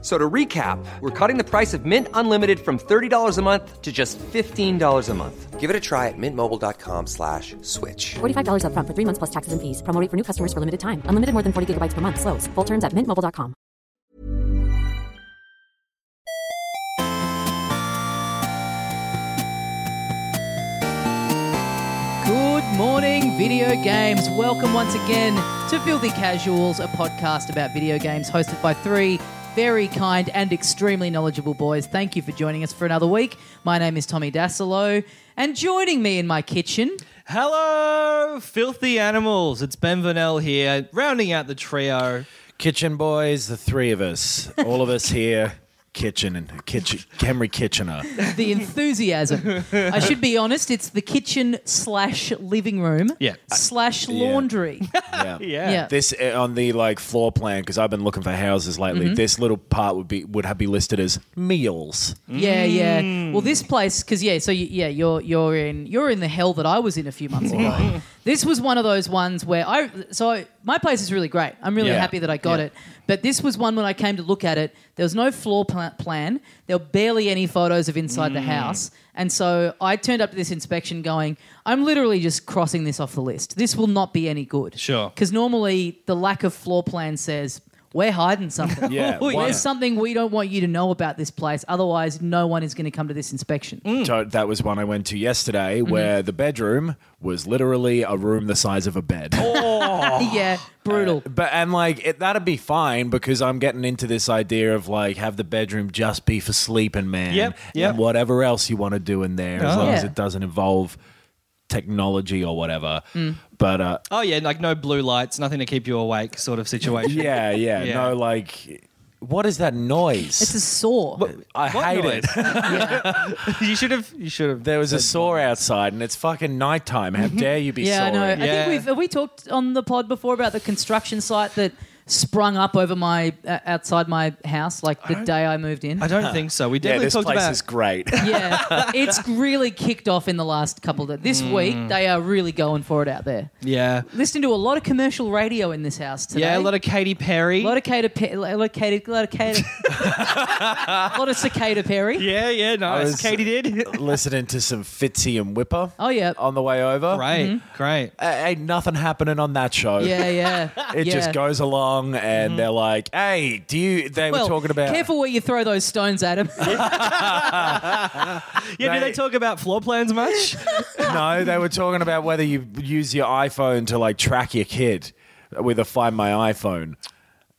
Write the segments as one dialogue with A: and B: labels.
A: So to recap, we're cutting the price of Mint Unlimited from $30 a month to just $15 a month. Give it a try at mintmobile.com slash switch.
B: $45 upfront for three months plus taxes and fees. Promo rate for new customers for limited time. Unlimited more than 40 gigabytes per month. Slows. Full terms at mintmobile.com.
C: Good morning, video games. Welcome once again to Filthy Casuals, a podcast about video games hosted by three very kind and extremely knowledgeable boys. Thank you for joining us for another week. My name is Tommy Dasilo, and joining me in my kitchen,
D: Hello, filthy animals. It's Ben Vanel here, rounding out the trio.
E: Kitchen boys, the three of us, all of us here, kitchen and kitchen, Henry Kitchener.
C: the enthusiasm. I should be honest, it's the kitchen slash living room
D: Yeah.
C: slash laundry.
E: Yeah.
D: Yeah.
C: Yeah.
E: This uh, on the like floor plan because I've been looking for houses lately. This little part would be would have be listed as meals.
C: Yeah, yeah. Well,
D: Mm.
C: this place, because yeah, so you, yeah, you're you're in you're in the hell that I was in a few months ago. this was one of those ones where I so I, my place is really great. I'm really
D: Yeah.
C: happy that I got
D: Yeah.
C: it. But this was one when I came to look at it. There was no floor pla- plan. There were barely any photos of inside the
D: Mm.
C: house, and so I turned up to this inspection going, I'm literally just crossing this off the list. This will not be any good.
D: Sure.
C: Because normally the lack of floor plan says. We're hiding something.
E: Yeah,
C: There's
E: why-
C: something we don't want you to know about this place. Otherwise, no one is going to come to this inspection.
D: Mm.
E: So that was one I went to yesterday, where the bedroom was literally a room the size of a bed.
D: Oh,
C: yeah, brutal.
E: But and like it, that'd be fine because I'm getting into this idea of like have the bedroom just be for sleeping, man.
D: Yep, yep.
E: And whatever else you want to do in there, as
D: Oh.
E: long as
C: Yeah.
E: it doesn't involve technology or whatever. But uh,
D: Oh yeah, like no blue lights, nothing to keep you awake, sort of situation.
E: yeah, yeah,
D: Yeah.
E: no, like what is that noise?
C: It's a saw.
E: I
D: What
E: hate
D: noise?
E: it.
D: you should have. You should have.
E: There was a saw outside, and it's fucking nighttime. How dare you be
C: yeah, I know.
E: sawing?
C: I think
D: Mm-hmm. Yeah.
C: we've have we talked on the pod before about the construction site that sprung up over my uh, outside my house, like the day I moved in.
D: I don't think so. We
E: Yeah,
D: definitely
E: this
D: talked
E: place
D: about.
E: is great.
C: yeah, it's really kicked off in the last couple of days. This
D: Mm.
C: week, they are really going for it out there.
D: yeah.
C: Listening to a lot of commercial radio in this house today.
D: Yeah, a lot of Katy Perry.
C: A lot of Katy, Pe- a lot of Katy, a lot of Katy, a lot of Cicada Perry.
D: yeah, yeah, nice.
E: was-
D: Katy did. Great,
E: Listening to some Fitzy and Whipper.
C: Oh, yeah.
E: on the way over.
D: great.
E: Uh, ain't nothing happening on that show.
C: Yeah, yeah.
E: It
C: yeah. Mm-hmm.
E: just goes along, and they're like, "Hey, do you?" They
C: Well,
E: were talking about.
C: Careful where you throw those stones at him.
D: Yeah, do
E: They-
D: they talk about floor plans much?
E: No, they were talking about whether you use your iPhone to like track your kid with a Find My iPhone.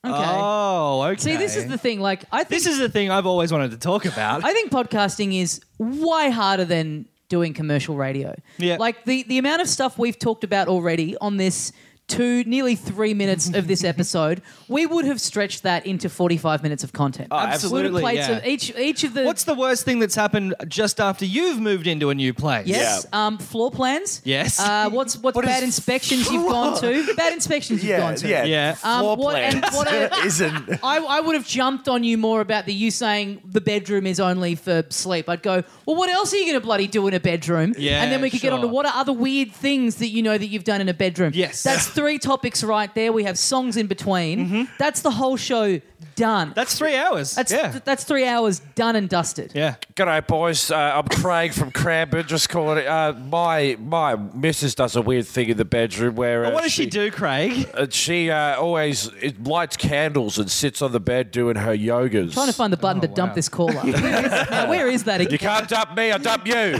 C: okay.
D: Oh, okay.
C: See, this is the thing. Like, I think
D: This is the thing I've always wanted to talk about.
C: I think podcasting is way harder than doing commercial radio.
D: Yeah.
C: Like the the amount of stuff we've talked about already on this two nearly three minutes of this episode, we would have stretched that into forty five minutes of content. We would have
D: Oh, Absolutely.
C: played
D: yeah.
C: some, each each of the
D: What's the worst thing that's happened just after you've moved into a new place?
C: Yes. Um, floor plans.
D: Yes.
C: Uh, what's what's
E: What is-
C: bad inspections you've gone to? Bad inspections you've gone to.
D: Yeah.
C: Um,
E: Floor
C: what- and
E: plans
C: what are-
E: isn't.
C: I, I would have jumped on you more about the you saying the bedroom is only for sleep. I'd go, well, what else are you going to bloody do in a bedroom?
D: Yeah,
C: and then we could get on to
D: sure.
C: what are other weird things that you know that you've done in a bedroom.
D: Yes. Mm-hmm.
C: that's three topics right there. We have songs in between. That's the whole show done.
D: That's three hours.
C: that's
D: yeah.
C: th- that's three hours done and dusted.
D: yeah.
F: G'day, boys. Uh, I'm Craig from Cranbourne. Just calling. Uh, my my missus does a weird thing in the bedroom where uh,
D: what does she, do, Craig?
F: Uh, she uh, always it lights candles and sits on the bed doing her yogas.
C: Trying to find the button to dump this caller. now, where is that
F: you
C: again?
F: can't dump me. I dump you.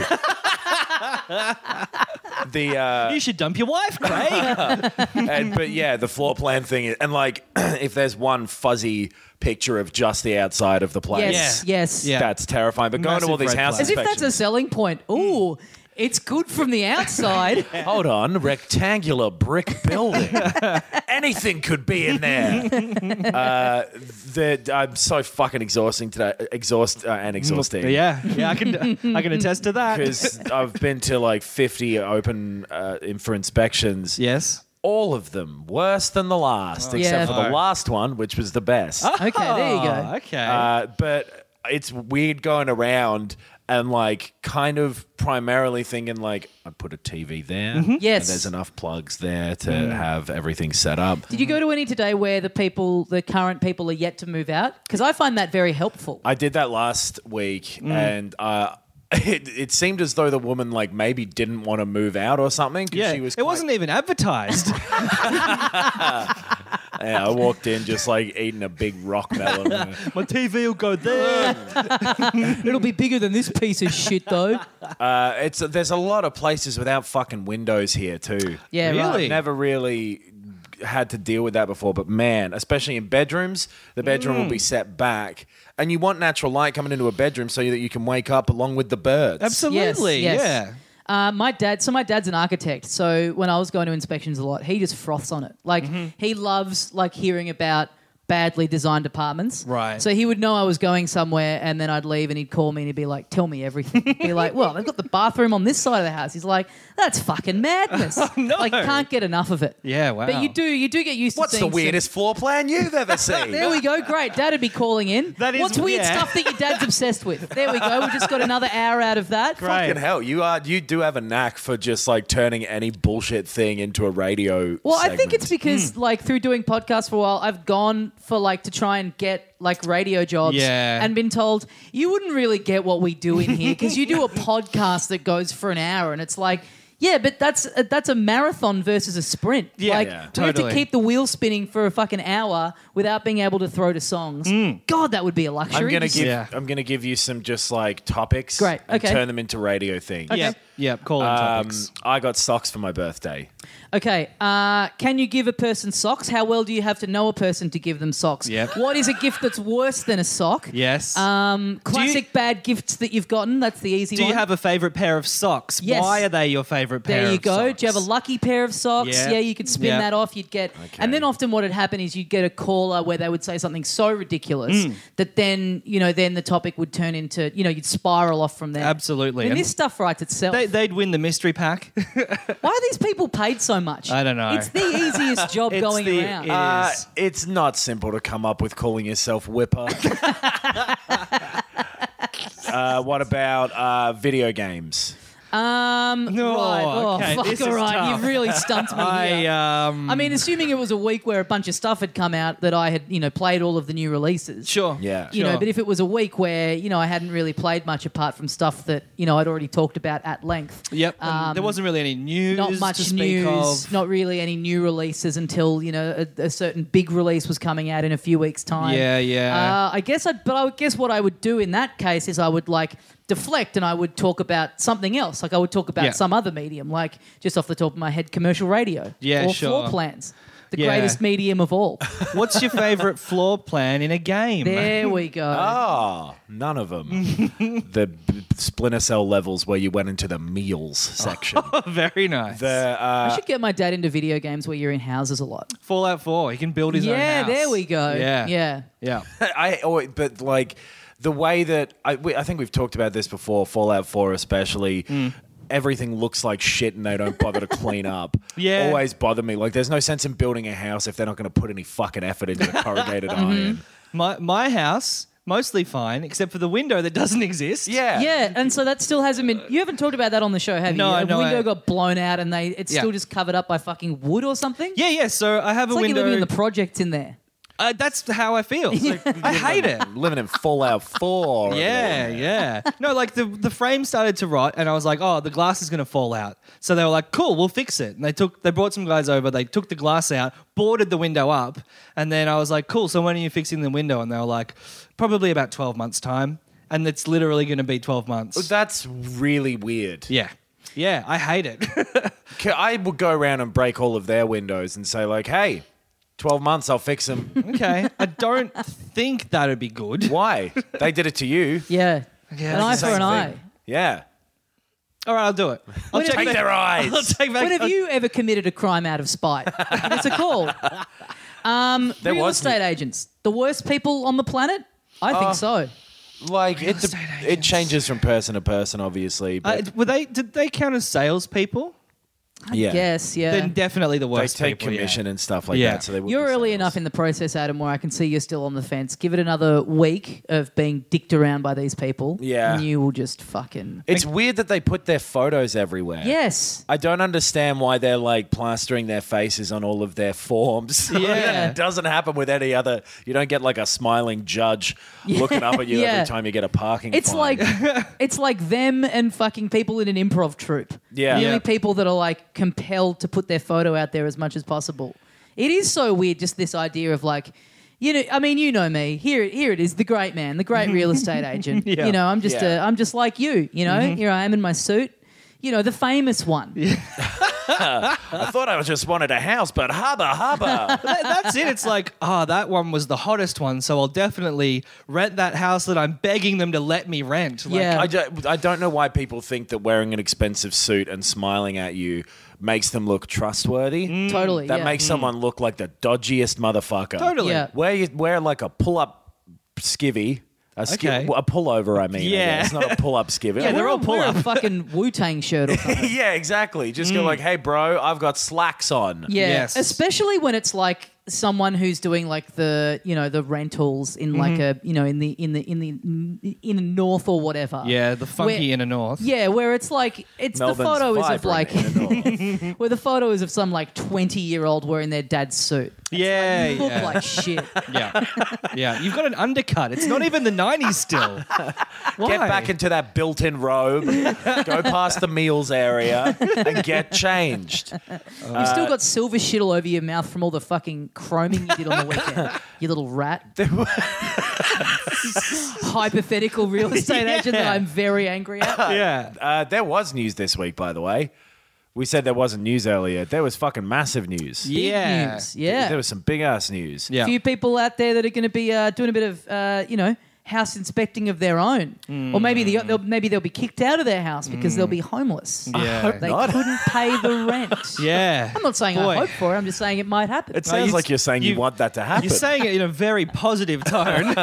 E: The uh,
D: You should dump your wife, Craig.
E: and, but yeah, the floor plan thing, is- and like, if there's one fuzzy picture of just the outside of the place,
C: Yes,
D: Yeah.
C: yes.
D: Yeah.
E: that's terrifying. But going to
D: Massive
E: all these
D: red flag.
E: houses,
C: As if that's a selling point. Ooh, it's good from the outside.
E: Hold on, rectangular brick building. Anything could be in there. uh, the, I'm so fucking exhausting today. Exhaust uh, and exhausting.
D: yeah. Yeah. I can. I can attest to that.
E: Because I've been to like 50 open uh, in for inspections.
D: Yes.
E: all of them worse than the last,
C: Yeah.
E: except for the
D: Oh.
E: last one, which was the best.
C: Okay, there you go.
D: Oh, okay.
E: Uh, but it's weird going around and like kind of primarily thinking like I put a TV there.
C: Mm-hmm. Yes. Mm.
E: and there's enough plugs there to have everything set up.
C: Did you go to any today where the people, the current people, are yet to move out? Because I find that very helpful.
E: I did that last week,
C: Mm.
E: and uh, it, it seemed as though the woman like maybe didn't want to move out or something. 'cause
D: yeah,
E: she was.
D: it
E: quite-
D: wasn't even advertised.
E: Yeah, I walked in just like eating a big rock melon.
D: My TV will go there.
C: It'll be bigger than this piece of shit, though.
E: uh, it's there's a lot of places without fucking windows here too.
C: Yeah, right.
D: Really?
E: I've never really had to deal with that before, but man, especially in bedrooms, the bedroom will
C: Mm.
E: be set back, and you want natural light coming into a bedroom so that you can wake up along with the birds.
D: Absolutely.
C: Yes, yes.
D: Yeah.
C: Uh, my dad, so my dad's an architect. So when I was going to inspections a lot, he just froths on it. Like
D: Mm-hmm.
C: he loves like hearing about badly designed apartments.
D: Right.
C: So he would know I was going somewhere, and then I'd leave, and he'd call me, and he'd be like, "Tell me everything." He'd be like, "Well, they've got the bathroom on this side of the house." He's like, "That's fucking madness."
D: Oh, no.
C: Like can't get enough of it.
D: Yeah, wow.
C: But you do, you do get used to.
E: What's the
C: seeing some-
E: weirdest floor plan you've ever seen?
C: There we go. Great. Dad'd be calling in.
D: That is-
C: What's weird
D: yeah.
C: stuff that your dad's obsessed with? There we go. We just got another hour out of that.
D: Great.
E: Fucking hell, you are you do have a knack for just like turning any bullshit thing into a radio.
C: Well, I
E: segment.
C: think it's because
D: Hmm.
C: like through doing podcasts for a while, I've gone for like to try and get like radio jobs
D: Yeah.
C: and been told you wouldn't really get what we do in here because you do a podcast that goes for an hour and it's like yeah, but that's a, that's a marathon versus a sprint.
D: Yeah,
C: like,
D: yeah,
C: we have
D: totally.
C: to keep the wheel spinning for a fucking hour without being able to throw to songs.
D: Hmm.
C: God, that would be a luxury.
E: I'm gonna
C: Just-
E: give
D: Yeah.
E: I'm gonna give you some just like topics.
C: Great,
E: And
C: okay.
E: turn them into radio things.
D: Yep. Yep. Call in
E: Um,
D: topics.
E: I got socks for my birthday.
C: Okay. Uh, can you give a person socks? How well do you have to know a person to give them socks?
D: Yep.
C: What is a gift that's worse than a sock?
D: Yes.
C: um, Classic bad gifts that you've gotten. That's the easy
D: Do
C: one.
D: you have a favorite pair of socks?
C: Yes.
D: Why are they your favorite pair?
C: there you
D: of
C: go.
D: Socks?
C: Do you have a lucky pair of socks?
D: Yeah.
C: Yeah, you could spin
D: Yeah.
C: that off. You'd get, and then often what had happened is you'd get a caller where they would say something so ridiculous
D: Mm.
C: that then you know then the topic would turn into you know you'd spiral off from there.
D: Absolutely.
C: and
D: And-
C: this stuff writes itself.
D: They, they'd win the mystery pack.
C: Why are these people paid so much?
D: I don't know.
C: It's the easiest job
D: It's
C: going
D: the-
C: around.
D: it
E: Uh,
D: is.
E: it's not simple to come up with calling yourself Whipper. uh, what about uh, video games?
C: Um,
D: No,
C: right. Oh,
D: okay,
C: fuck,
D: this is
C: all right.
D: tough.
C: You've really stumped me
D: I
C: here.
D: um
C: I mean, assuming it was a week where a bunch of stuff had come out that I had, you know, played all of the new releases.
D: sure.
E: Yeah.
C: You know,
D: sure.
C: but if it was a week where, you know, I hadn't really played much apart from stuff that, you know, I'd already talked about at length.
D: Yep. and there wasn't really any news
C: Um, Not much
D: to speak
C: news,
D: of.
C: not really any new releases until, you know, a, a certain big release was coming out in a few weeks' time.
D: Yeah, yeah.
C: Uh, I guess I'd, but I would guess what I would do in that case is I would like deflect and I would talk about something else. Like I would talk about
D: Yeah.
C: some other medium, like just off the top of my head, commercial radio.
D: Yeah,
C: or
D: sure.
C: floor plans. The
D: Yeah.
C: greatest medium of all.
D: What's your favorite floor plan in a game?
C: there we go.
D: Ah.
E: Oh, none of them. the b- Splinter Cell levels where you went into the meals section.
D: Very nice.
E: the uh,
C: I should get my dad into video games where you're in houses a lot.
D: Fallout 4. He can build his own
C: yeah,
D: house.
C: there we go.
D: Yeah.
C: Yeah.
D: Yeah.
E: I always, but like the way that I, we, I think we've talked about this before, Fallout Four especially.
D: Hmm.
E: Everything looks like shit, and they don't bother to clean up.
D: Yeah.
E: always bother me. Like, there's no sense in building a house if they're not going to put any fucking effort into the corrugated
D: Mm-hmm.
E: iron.
D: My my house mostly fine except for the window that doesn't exist.
E: Yeah,
C: Yeah, and so that still hasn't been. You haven't talked about that on the show, have
D: No,
C: you? A
D: no,
C: window
D: I-
C: got blown out, and they it's
D: Yeah.
C: still just covered up by fucking wood or something.
D: Yeah, yeah. So I have
C: it's
D: a
C: like
D: window.
C: you're living in the projects in there.
D: uh, that's how I feel. It's like, I hate it.
E: living in Fallout Four.
D: Yeah, yeah. No, like the the frame started to rot, and I was like, "Oh, the glass is gonna fall out." So they were like, "Cool, we'll fix it." And they took they brought some guys over. They took the glass out, boarded the window up, and then I was like, "Cool, so when are you fixing the window?" And they were like, "Probably about twelve months time." And it's literally gonna be twelve months.
E: that's really weird.
D: yeah, yeah. I hate it.
E: Ca- I would go around and break all of their windows and say like, "Hey, twelve months, I'll fix them."
D: okay, I don't think that'd be good.
E: Why? They did it to you.
C: Yeah, an eye
D: it's
C: for
D: the
C: an
E: Same
C: eye.
E: thing. Yeah.
D: All right, I'll do it. I'll check
E: Take
D: back-
E: their eyes.
D: I'll take back.
C: When have you ever committed a crime out of spite? That's a call. Um,
E: There
C: real
E: was-
C: estate agents, the worst people on the planet. I
E: Uh,
C: think so.
E: Like it, de- it changes from person to person, obviously.
D: Uh,
E: But
D: were they? Did they count as salespeople?
E: yeah.
C: Yes, yeah.
D: Then definitely the
E: They
D: worst.
E: take
D: people, yeah.
E: commission and stuff like
D: Yeah.
E: that. So they would
C: You're
E: be
C: early
E: sales.
C: enough in the process, Adam, where I can see you're still on the fence. Give it another week of being dicked around by these people.
E: Yeah.
C: And you will just fucking.
E: It's weird that they put their photos everywhere.
C: Yes.
E: I don't understand why they're like plastering their faces on all of their forms.
D: Yeah.
E: it doesn't happen with any other. You don't get like a smiling judge looking up at you
C: Yeah.
E: every time you get a parking.
C: It's
E: fine.
C: like it's like them and fucking people in an improv troupe.
E: Yeah.
C: The only
E: Yeah.
C: people that are like compelled to put their photo out there as much as possible. It is so weird, just this idea of like, you know, I mean, you know me. Here, here it is, the great man, the great real estate agent.
D: Yeah.
C: You know, I'm just
E: Yeah.
C: a, I'm just like you. You know, here I am in my suit. You know, the famous one.
E: I thought I just wanted a house, but hubba hubba.
D: Th- That's it. It's like, ah, that one was the hottest one, so I'll definitely rent that house that I'm begging them to let me rent. Like,
C: Yeah.
E: I, ju- I don't know why people think that wearing an expensive suit and smiling at you makes them look trustworthy.
D: Mm.
C: Totally.
E: That
C: yeah. Mm.
E: makes someone look like the dodgiest motherfucker.
D: Totally.
C: Yeah.
E: Wear you wear like a pull up skivvy. A, ski-
D: Okay.
E: a pullover, I mean. I
D: Yeah.
E: guess. not a pull up
D: Yeah,
E: skivvy.
C: Wear
D: they're
C: a-
D: all pull
C: wear
D: up.
C: a fucking Wu Tang shirt or something.
E: yeah, exactly. Just go like, hey, bro, I've got slacks on.
C: Mm. Yeah,
D: Yes.
C: especially when it's like someone who's doing like the you know the rentals in like
D: Mm-hmm.
C: a you know in the in the in the in the north or whatever.
D: Yeah, the funky
C: Where-
D: inner north.
C: Yeah, where it's like it's the
E: Melbourne's
C: photo is of
E: vibrant
C: like
E: in the north.
C: where the photo is of some like twenty year old wearing their dad's suit.
D: Yeah,
C: You look
D: yeah.
C: like shit.
D: yeah, yeah. You've got an undercut. It's not even the '90s still. Why?
E: Get back into that built in robe, go past the meals area, and get changed.
C: You've still got silver shit all over your mouth from all the fucking chroming you did on the weekend. you little rat. Hypothetical real estate agent that
D: Yeah.
C: I'm very angry at.
D: yeah.
E: Uh, there was news this week, by the way. We said there wasn't news earlier. There was fucking massive news.
C: Big
D: yeah.
C: news. Yeah.
E: There was some big ass news.
D: Yeah.
C: few people out there that are going to be uh, doing a bit of, uh, you know, house inspecting of their own,
D: Hmm.
C: or maybe the, they'll, maybe they'll be kicked out of their house because they'll be homeless.
D: Yeah.
C: They
E: not.
C: couldn't pay the rent.
D: Yeah.
C: I'm not saying
D: Boy.
C: I hope for it. I'm just saying it might happen.
E: It sounds
D: you-
E: like you're saying you,
D: you-
E: want that to happen.
D: You're saying it in a very positive tone.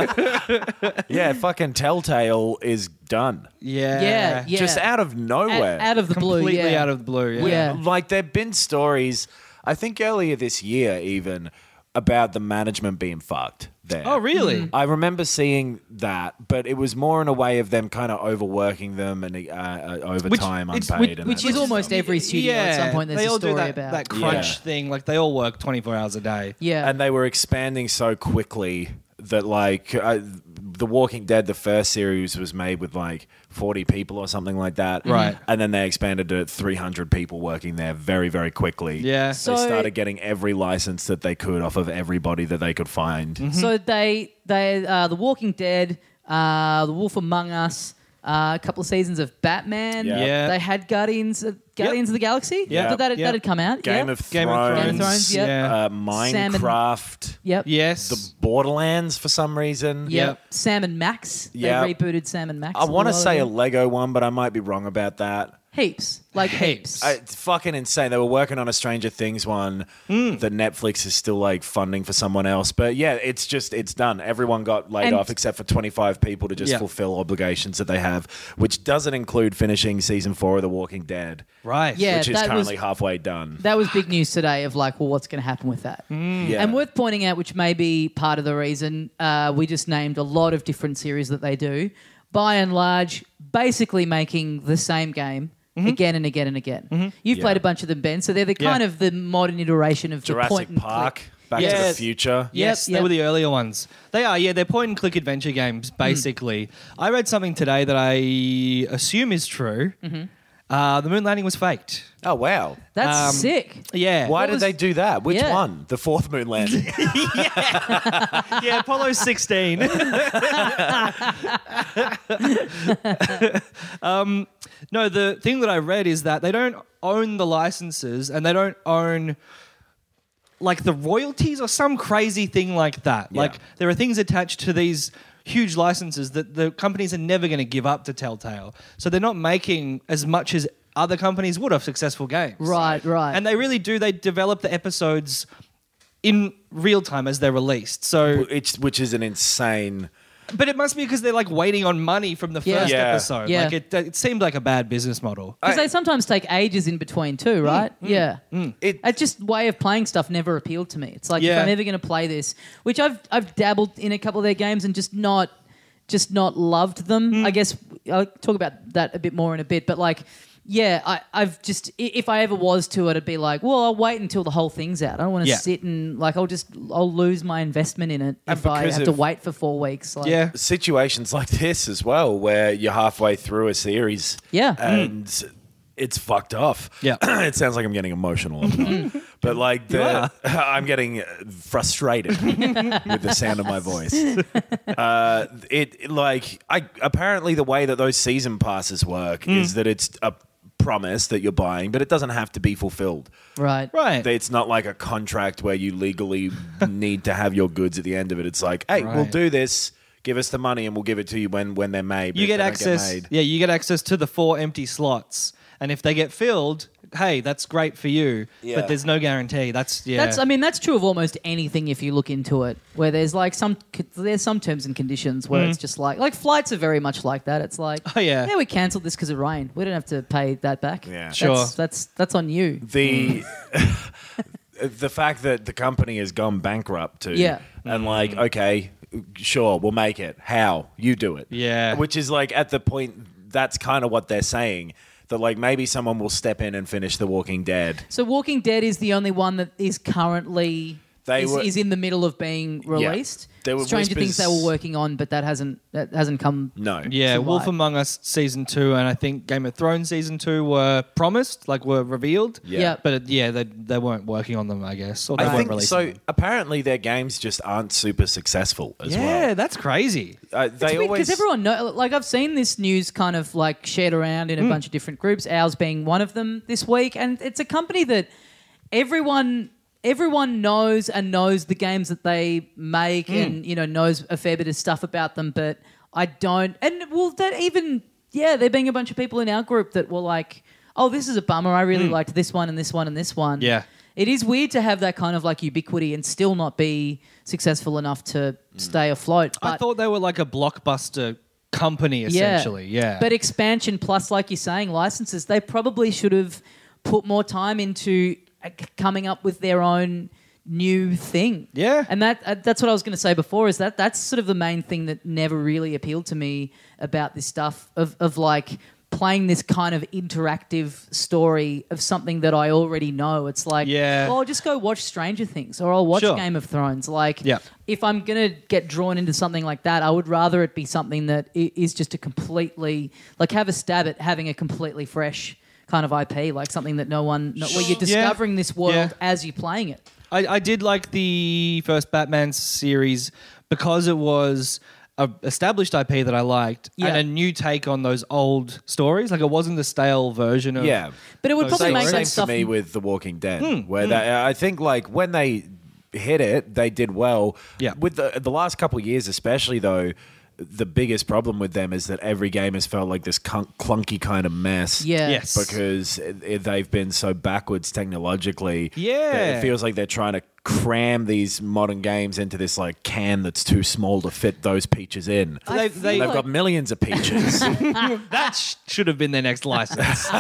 E: yeah, fucking Telltale is done.
D: yeah.
C: yeah, yeah.
E: Just out of
C: Out-
E: nowhere.
C: out of the blue,
D: Completely
C: yeah.
D: out of the blue. Yeah.
C: Yeah.
E: like there've been stories I think earlier this year even about the management being fucked there.
D: Oh, really?
C: Mm.
E: I remember seeing that, but it was more in a way of them kind of overworking them and uh, uh, overtime
D: it's-
E: unpaid.
D: which-
E: and
C: which
E: that
C: is
E: sort of
C: almost
E: stuff.
C: every studio at some point. There's
D: they
C: a
D: all
C: story
D: do that,
C: about.
D: that crunch
E: Yeah.
D: thing. Like they all work 24 hours a day.
C: yeah,
E: and they were expanding so quickly that like uh, the Walking Dead, the first series was made with like forty people or something like that,
C: Mm-hmm.
D: Right.
E: And then they expanded to three hundred people working there very very quickly.
D: Yeah.
C: So-
E: they started getting every license that they could off of everybody that they could find.
C: So they they uh, the Walking Dead, uh, the Wolf Among Us, uh, a couple of seasons of Batman.
E: Yeah.
D: Yeah.
C: they had Guardians uh, Guardians of the Galaxy.
E: Yeah.
C: that that,
D: Yeah.
C: that had come out.
E: Game,
C: yeah.
E: of
D: Game of
E: Thrones,
C: Game
D: Thrones.
C: of Thrones, yep.
D: Yeah.
E: uh,
C: Salmon.
E: Minecraft,
C: Yep.
D: Yes.
E: the Borderlands for some reason.
C: Yep.
D: Yep.
C: Sam and Max. They
E: Yep.
C: rebooted Sam and Max.
E: I want to
C: a while
E: say a
C: ago.
E: Lego one, but I might be wrong about that.
C: heaps, like heaps.
E: I- It's fucking insane. They were working on a Stranger Things one
C: Hmm.
E: that Netflix is still like funding for someone else. But yeah, it's just it's done. Everyone got laid
C: And-
E: off except for 25 people to just
D: Yeah.
E: fulfill obligations that they have, which doesn't include finishing season 4 of The Walking Dead,
D: right.
C: Yeah.
E: which is
C: that was-
E: currently halfway done.
C: that was big news today. Of like, well, what's going to happen with that?
E: yeah.
C: Hmm. And worth pointing out, which may be part of the reason, uh, we just named a lot of different series that they do. By and large, basically making the same game again and again and again. You've played a bunch of them, Ben, so they're the kind
D: Mm-hmm. Yeah.
C: of the modern iteration of the
E: Jurassic
C: point and
E: Park,
C: click.
E: Back to the
D: Yes.
E: Future.
C: yep.
D: Yes,
C: Hmm.
D: they were the earlier ones. They are, yeah, they're point and click adventure games, basically. I read something today that I assume is true.
C: Mm-hmm.
D: Uh, the moon landing was faked.
E: Oh wow.
C: That's
D: Um,
C: sick.
D: Yeah.
E: Why
C: What
E: did
C: was-
E: they do that? Which
C: Yeah.
E: one? The fourth moon landing.
D: Yeah, Apollo 16. um, Um, no, the thing that I read is that they don't own the licenses and they don't own like the royalties or some crazy thing like that.
E: Yeah.
D: Like there are things attached to these huge licenses that the companies are never going to give up to Telltale. So they're not making as much as other companies would of successful games.
C: Right, right.
D: And they really do they develop the episodes in real time as they're released. So
E: it's which is an insane
D: But it must be because they're like waiting on money from the
C: Yeah.
D: first
E: Yeah. Uh,
D: episode.
C: Yeah.
D: Like it, it seemed like a bad business model.
C: Because they sometimes take ages in between too, right? yeah.
E: It-
C: It's just way of playing stuff never appealed to me. It's like if
D: Yeah.
C: I'm ever going to play this, which I've I've dabbled in a couple of their games and just not just not loved them. I guess I'll talk about that a bit more in a bit, but like. Yeah, I, I've just i- if I ever was to it, I'd be like, well, I'll wait until the whole thing's out. I don't want to
D: Yeah.
C: sit and like I'll just I'll lose my investment in it if I
E: because
C: have to
E: of-
C: wait for four weeks. Like,
D: Yeah.
E: situations like this as well, where you're halfway through a series.
C: Yeah.
E: And it's fucked off.
D: Mm. Yeah. Mm-hmm.
E: it sounds like I'm getting emotional. I'm not. but like, the, I'm getting frustrated with the sound of my voice. Uh, it, like, I apparently the way that those season passes work
D: Mm.
E: is that it's a promise that you're buying, but it doesn't have to be fulfilled.
C: right,
D: Right.
E: It's not like a contract where you legally need to have your goods at the end of it. It's like, hey, we'll
D: Right.
E: do this. Give us the money, and we'll give it to you when when they're made. but
D: you
E: if
D: get
E: they don't
D: access.
E: made-
D: yeah, you get access to the four empty slots, and if they get filled, hey, that's great for you.
E: Yeah.
D: But there's no guarantee. That's yeah.
C: That's I mean that's true of almost anything if you look into it. Where there's like some there's some terms and conditions where it's just like like flights are very much like that. It's like
D: Mm. Oh, yeah.
C: yeah we cancelled this because it rained. We don't have to pay that back.
E: Yeah.
C: That's-
D: Sure.
C: That's that's on you.
E: the
D: Mm.
E: the fact that the company has gone bankrupt too.
C: Yeah.
E: And
D: Mm.
E: like, okay, sure, we'll make it. How? You do it.
D: Yeah.
E: Which is like at the point that's kind of what they're saying. That like maybe someone will step in and finish The Walking Dead.
C: So Walking Dead is the only one that is currently
E: They
C: is,
E: were-
C: is in the middle of being released.
E: There were
C: Stranger Things they
E: whispers-
C: were working on, but that hasn't that hasn't come.
E: No.
D: yeah,
C: So
D: Wolf
C: why?
D: Among Us season two, and I think Game of Thrones season two were promised, like were revealed.
E: Yeah.
C: Yeah.
D: But it, yeah, they, they weren't working on them, I guess, or they
E: I
D: weren't
E: think
D: releasing.
E: so.
D: them.
E: Apparently, their games just aren't super successful as
D: Yeah,
E: well.
D: that's crazy.
E: Uh, they always
C: because everyone know like I've seen this news kind of like shared around in a bunch of different groups. Ours being one of them this week, and it's a company that everyone everyone knows and knows the games that they make, and you know knows a fair bit of stuff about them. But I don't, and well, that even yeah, there being a bunch of people in our group that were like, oh, this is a bummer. I really liked this one and this one and this one.
D: Yeah.
C: It is weird to have that kind of like ubiquity and still not be successful enough to stay afloat.
D: I
C: But
D: thought they were like a blockbuster company essentially. Yeah.
C: But expansion plus, like you're saying, licenses, they probably should have put more time into uh, c- coming up with their own new thing.
D: Yeah.
C: And that uh, that's what I was going to say before is that that's sort of the main thing that never really appealed to me about this stuff of, of like playing this kind of interactive story of something that I already know. It's like,
D: Yeah.
C: well, I'll just go watch Stranger Things or I'll watch
D: Sure.
C: Game of Thrones. Like,
D: Yeah.
C: if I'm going to get drawn into something like that, I would rather it be something that i- is just a completely like have a stab at having a completely fresh kind of IP, like something that no one no, where you're
D: Yeah.
C: discovering this world
D: Yeah.
C: as you're playing it.
D: I, I did like the first Batman series because it was a established IP that I liked
C: Yeah.
D: and a new take on those old stories. Like it wasn't the stale version of
E: yeah.
C: But it would probably
E: Oh, same,
C: make
E: same
C: that stuff
E: for me with The Walking Dead,
D: Hmm,
E: where They, I think like when they hit it, they did well.
D: Yeah.
E: With the the last couple of years, especially though, the biggest problem with them is that every game has felt like this clunk- clunky kind of mess.
C: yeah.
D: Yes.
E: Because it- it- they've been so backwards technologically.
D: Yeah.
E: that It feels like they're trying to cram these modern games into this like can that's too small to fit those peaches in.
C: I
D: They-
C: feel
D: they-
E: And they've
C: like-
E: got millions of peaches.
D: that sh- should have been their next license.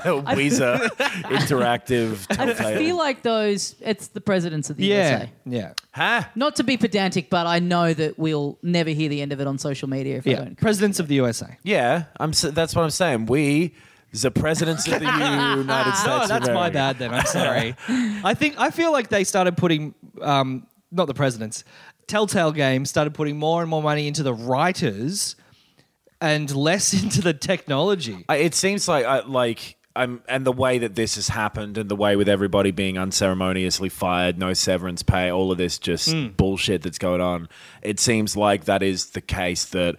E: Weezer, interactive.
C: I
E: Telltale.
C: feel like those. It's the presidents of the
D: yeah.
C: USA.
D: Yeah.
E: huh?
C: Not to be pedantic, but I know that we'll never hear the end of it on social media if I
D: Yeah.
C: don't.
D: Presidents of the USA.
E: Yeah, I'm. s- That's what I'm saying. We, the presidents of the United States.
D: Oh,
E: of
D: that's my
E: America.
D: bad then. I'm sorry. I think I feel like they started putting um, not the presidents, Telltale Games started putting more and more money into the writers and less into the technology.
E: I- It seems like I like. I'm, and the way that this has happened, and the way with everybody being unceremoniously fired, no severance pay, all of this just bullshit that's going on, it seems like that is the case that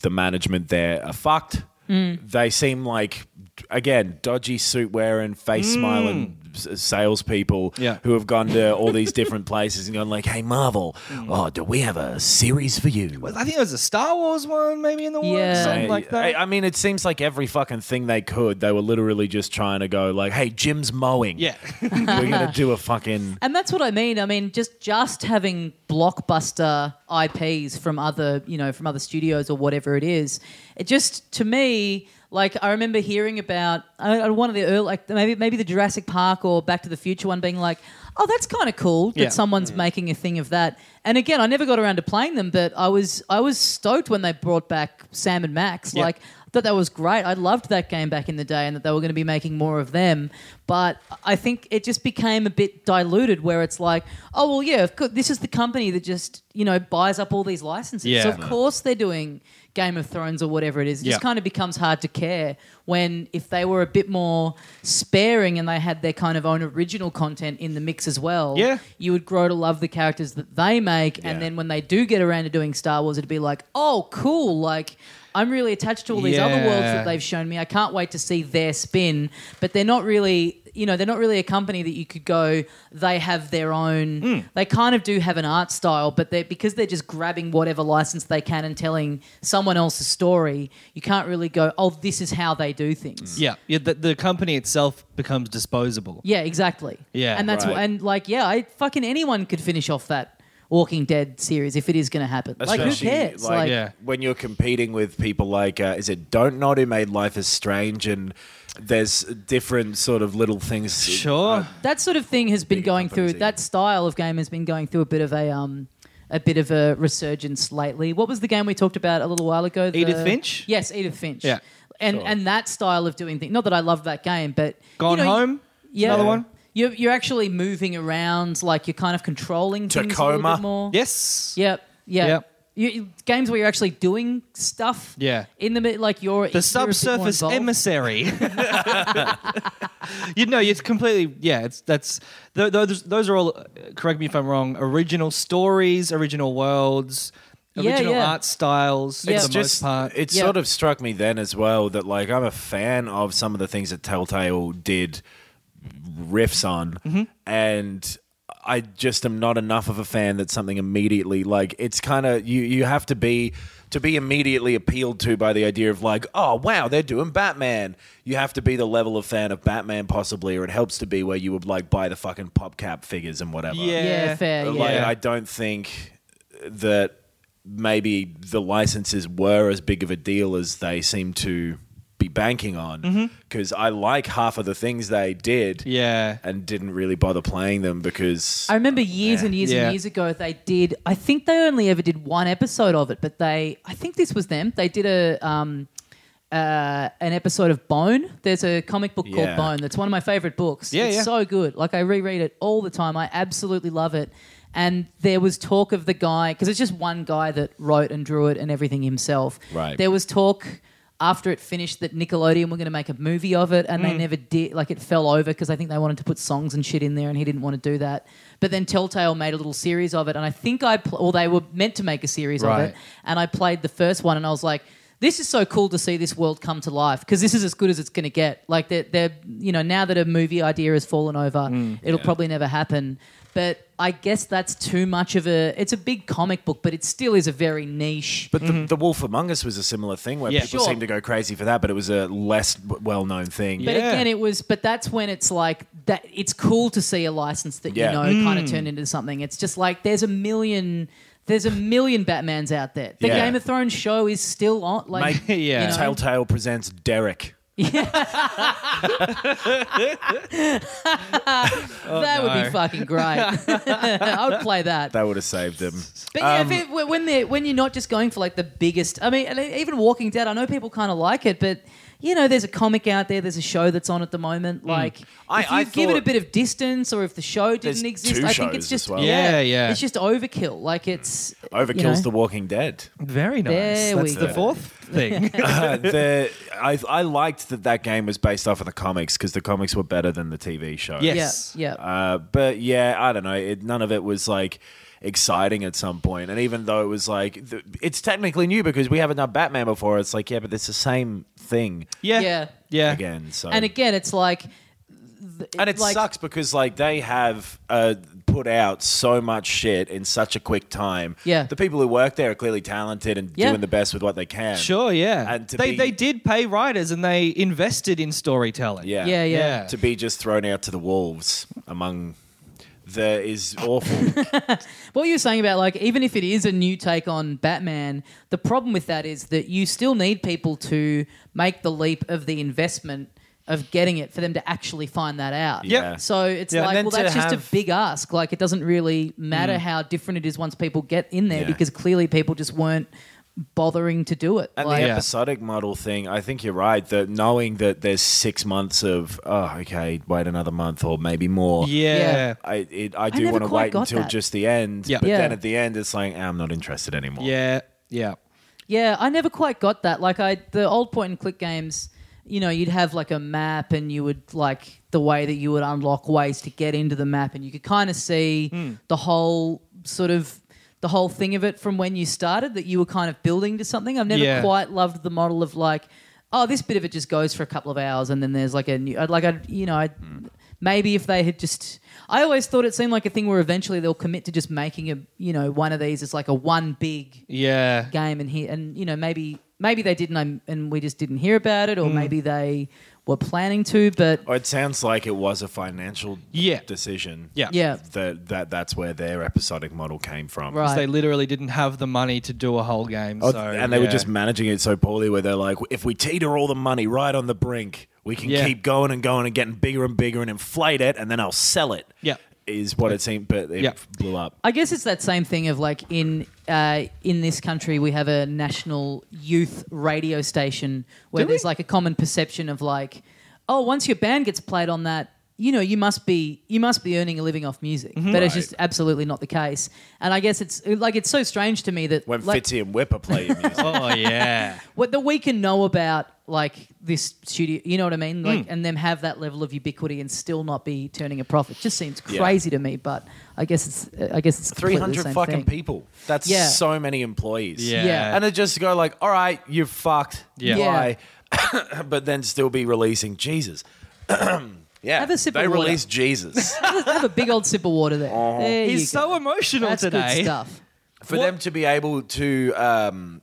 E: the management there are fucked. They seem like, again, dodgy suit wearing, face smiling s- salespeople
D: Yeah.
E: who have gone to all these different places and gone like, "Hey, Marvel, oh, do we have a series for you?"
D: I think there was a Star Wars one maybe in the works,
C: Yeah.
D: something like that.
E: I, I mean, it seems like every fucking thing they could, they were literally just trying to go like, "Hey, Jim's mowing.
D: yeah.
E: we're gonna do a fucking."
C: And that's what I mean. I mean, just just having blockbuster IPs from other, you know, from other studios or whatever it is. It just to me, like I remember hearing about uh, one of the early, like maybe maybe the Jurassic Park or Back to the Future one, being like, oh, that's kind of cool that
D: Yeah. Mm.
C: someone's making a thing of that. And again, I never got around to playing them, but I was I was stoked when they brought back Sam and Max.
D: Yeah.
C: Like I thought that was great. I loved that game back in the day, and that they were going to be making more of them. But I think it just became a bit diluted, where it's like, oh well, yeah, of course, this is the company that just you know buys up all these licenses.
D: Yeah.
C: So of course they're doing Game of Thrones or whatever it is. It
D: Yeah.
C: just kind of becomes hard to care when if they were a bit more sparing and they had their kind of own original content in the mix as well.
D: Yeah.
C: you would grow to love the characters that they make,
E: Yeah.
C: and then when they do get around to doing Star Wars, it'd be like, oh, cool, like. I'm really attached to all these other worlds
D: Yeah.
C: that they've shown me. I can't wait to see their spin, but they're not really, you know, they're not really a company that you could go. They have their own.
D: Hmm.
C: They kind of do have an art style, but they are because they're just grabbing whatever license they can and telling someone else's story. You can't really go, oh, this is how they do things.
D: yeah. yeah the, the company itself becomes disposable.
C: Yeah, exactly.
D: Yeah,
C: and that's
E: right.
C: wh- and like yeah, I fucking anyone could finish off that Walking Dead series if it is going to happen. like who
E: Especially,
C: cares?
E: Like,
C: Like,
D: Yeah.
E: when you're competing with people like, uh, is it Don't Nod who made Life is Strange? And there's different sort of little things.
D: Sure.
C: that sort of thing has been
E: Bigger
C: going through
E: companies, yeah.
C: that style of game has been going through a bit of a um a bit of a resurgence lately. What was the game we talked about a little while ago? The-
D: Edith Finch?
C: Yes, Edith Finch.
D: Yeah.
C: And and that style of doing things. Not that I love that game, but you
D: Gone
C: know, you-
D: Home?
C: Yeah.
D: Another one?
C: You're you're actually moving around, like you're kind of controlling things a little
E: Tacoma?
C: bit more.
D: Yes.
C: Yep. Yeah.
D: Yep.
C: You, you- games where you're actually doing stuff.
D: Yeah.
C: In the mid- like you're you're a
D: The
C: bit more
D: subsurface
C: involved.
D: emissary. you know, it's completely yeah. It's that's tho- those. Those are all. uh, Correct me if I'm wrong. Original stories, original worlds,
C: Yeah,
D: original
C: yeah.
D: art styles.
C: It's
D: for the most part.
E: It
C: Yeah.
E: sort of struck me then as well that like I'm a fan of some of the things that Telltale did riffs on, and I just am not enough of a fan that something immediately like it's kind of you you have to be to be immediately appealed to by the idea of like oh wow they're doing Batman you have to be the level of fan of Batman possibly or it helps to be where you would like buy the fucking PopCap figures and whatever
C: Yeah, fair. Yeah.
E: like I don't think that maybe the licenses were as big of a deal as they seem to be banking
C: Mm-hmm.
E: on because I like half of the things they did
D: yeah.
E: and didn't really bother playing them because
C: I remember years and years
D: Yeah.
C: and years ago they did. I think they only ever did one episode of it, but they. I think this was them. They did a um, uh, an episode of Bone. There's a comic book called
E: Yeah.
C: Bone. That's one of my favorite books.
D: Yeah,
C: it's
D: yeah.
C: so good. Like I reread it all the time. I absolutely love it. And there was talk of the guy because it's just one guy that wrote and drew it and everything himself.
E: Right.
C: There was talk after it finished that Nickelodeon were going to make a movie of it, and they never did. Like it fell over because I think they wanted to put songs and shit in there, and he didn't want to do that. But then Telltale made a little series of it, and I think I, pl- or they were meant to make a series of
D: Right.
C: it, and I played the first one, and I was like. This is so cool to see this world come to life because this is as good as it's going to get. Like they're, they're, you know, now that a movie idea has fallen over, it'll probably never happen. But I guess that's too much of a. It's a big comic book, but it still is a very niche.
E: but the, the Wolf Among Us was a similar thing where
D: Yeah.
E: people
C: Mm-hmm. Sure.
E: seemed to go crazy for that but it was a less well known thing
C: But
D: Yeah.
C: again, it was. But that's when it's like that. It's cool to see a license that
E: Yeah.
C: you know kind of turned into something. It's just like there's a million. There's a million Batmans out there. The
E: Yeah.
C: Game of Thrones show is still on. Like,
E: Mate,
D: Yeah.
C: you know,
E: Telltale presents Derek
C: that would be fucking great. I would play that.
E: that would have saved them
C: But yeah,
E: Um,
C: if it, when they when you're not just going for like the biggest, I mean, and e-, even Walking Dead, I know people kind of like it, but you know, there's a comic out there, there's a show that's on at the moment. Like,
E: Hmm. I-
C: if you
E: I
C: give it a
E: thought-
C: bit of distance, or if the show
E: There's
C: didn't exist,
E: two
C: I think it's
E: shows
C: just
E: as well. Oh,
D: Yeah, yeah.
C: it's just overkill. Like, it's
E: Overkill's
C: you know.
E: The Walking Dead
D: Very nice.
C: There
D: that's
C: we
D: the
C: go.
D: fourth thing.
E: Uh, the, I, I liked that that game was based off of the comics because the comics were better than the TV show.
C: yeah,
D: yes.
C: yeah.
E: Uh, but yeah, I don't know. It, none of it was like exciting at some point. And even though it was like, th- it's technically new because we haven't done Batman before. It's like, yeah, but it's the same thing
D: yeah.
C: Yeah.
D: Yeah.
E: Uh, again. So
C: and again, it's like th-
E: And it
C: like,
E: sucks because like they have uh, put out so much shit in such a quick time.
C: Yeah.
E: the people who work there are clearly talented and
C: Yeah.
E: doing the best with what they can.
D: Sure, yeah.
E: And to
D: they
E: be-
D: they did pay writers and they invested in storytelling.
E: Yeah.
C: Yeah, yeah.
D: Yeah.
E: To be just thrown out to the wolves among the is awful.
C: What you were saying about like even if it is a new take on Batman, the problem with that is that you still need people to make the leap of the investment of getting it for them to actually find that out.
E: Yeah.
C: So it's
E: Yeah, and
C: like,
E: then
C: well,
E: to
C: that's just a
E: have-
C: big ask. Like it doesn't really matter how different it is once people get in there
E: Mm. Yeah.
C: because clearly people just weren't bothering to do it.
E: And
C: Like-
E: the episodic model thing, I think you're right. That knowing that there's six months of oh, okay, wait another month or maybe more.
D: Yeah.
C: Yeah.
D: Yeah.
E: I it, I do
C: never
E: want to
C: quite
E: wait
C: got
E: until
C: that.
E: just the end.
D: Yeah.
E: But
C: Yeah.
E: then at the end, it's like I'm not interested anymore.
D: Yeah.
C: Yeah, I never quite got that. Like I the old point and click games, you know, you'd have like a map and you would like the way that you would unlock ways to get into the map and you could kind of see the whole sort of the whole thing of it from when you started that you were kind of building to something. I've never
D: Yeah.
C: quite loved the model of like oh this bit of it just goes for a couple of hours and then there's like a new I'd like I you know, I maybe if they had just I always thought it seemed like a thing where eventually they'll commit to just making a you know, one of these as like a one big
D: Yeah.
C: game and he and you know maybe maybe they didn't um, and we just didn't hear about it or maybe they were planning to but
E: Or it sounds like it was a financial
D: Yeah.
E: decision.
D: Yeah.
C: yeah
E: That, that that's where their episodic model came from.
C: Right.
D: They literally didn't have the money to do a whole game.
E: Oh,
D: so,
E: and they were
D: yeah.
E: just managing it so poorly where they're like, if we teeter all the money right on the brink, we can
D: Yeah.
E: keep going and going and getting bigger and bigger and inflate it, and then I'll sell it.
D: Yeah.
E: Is what it seemed, but it
D: Yeah.
E: blew up.
C: I guess it's that same thing of like in uh, in this country we have a national youth radio station where
D: Do we?
C: there's like a common perception of like, oh, once your band gets played on that, you know, you must be you must be earning a living off music, but it's just absolutely not the case. And I guess it's like it's so strange to me that
E: When
C: like,
E: Fitzy and Whip are playing music.
D: Oh yeah.
C: what that we can know about like this studio you know what i mean
E: Mm.
C: like and them have that level of ubiquity and still not be turning a profit just seems crazy to me but i guess it's i guess it's completely
E: Three
C: the
E: hundred
C: same
E: fucking
C: thing.
E: people. That's
C: Yeah.
E: so many employees.
D: Yeah.
C: Yeah.
E: And they just go like, all right, you're fucked.
D: Yeah.
E: Bye. but then still be releasing Jesus. yeah.
C: Have a sip
E: they
C: of water.
E: released Jesus.
C: have a big old sip of water there,
E: Oh.
C: There you
D: He's
C: go.
D: so emotional
C: that's
D: today.
C: good stuff
E: for them to be able to um,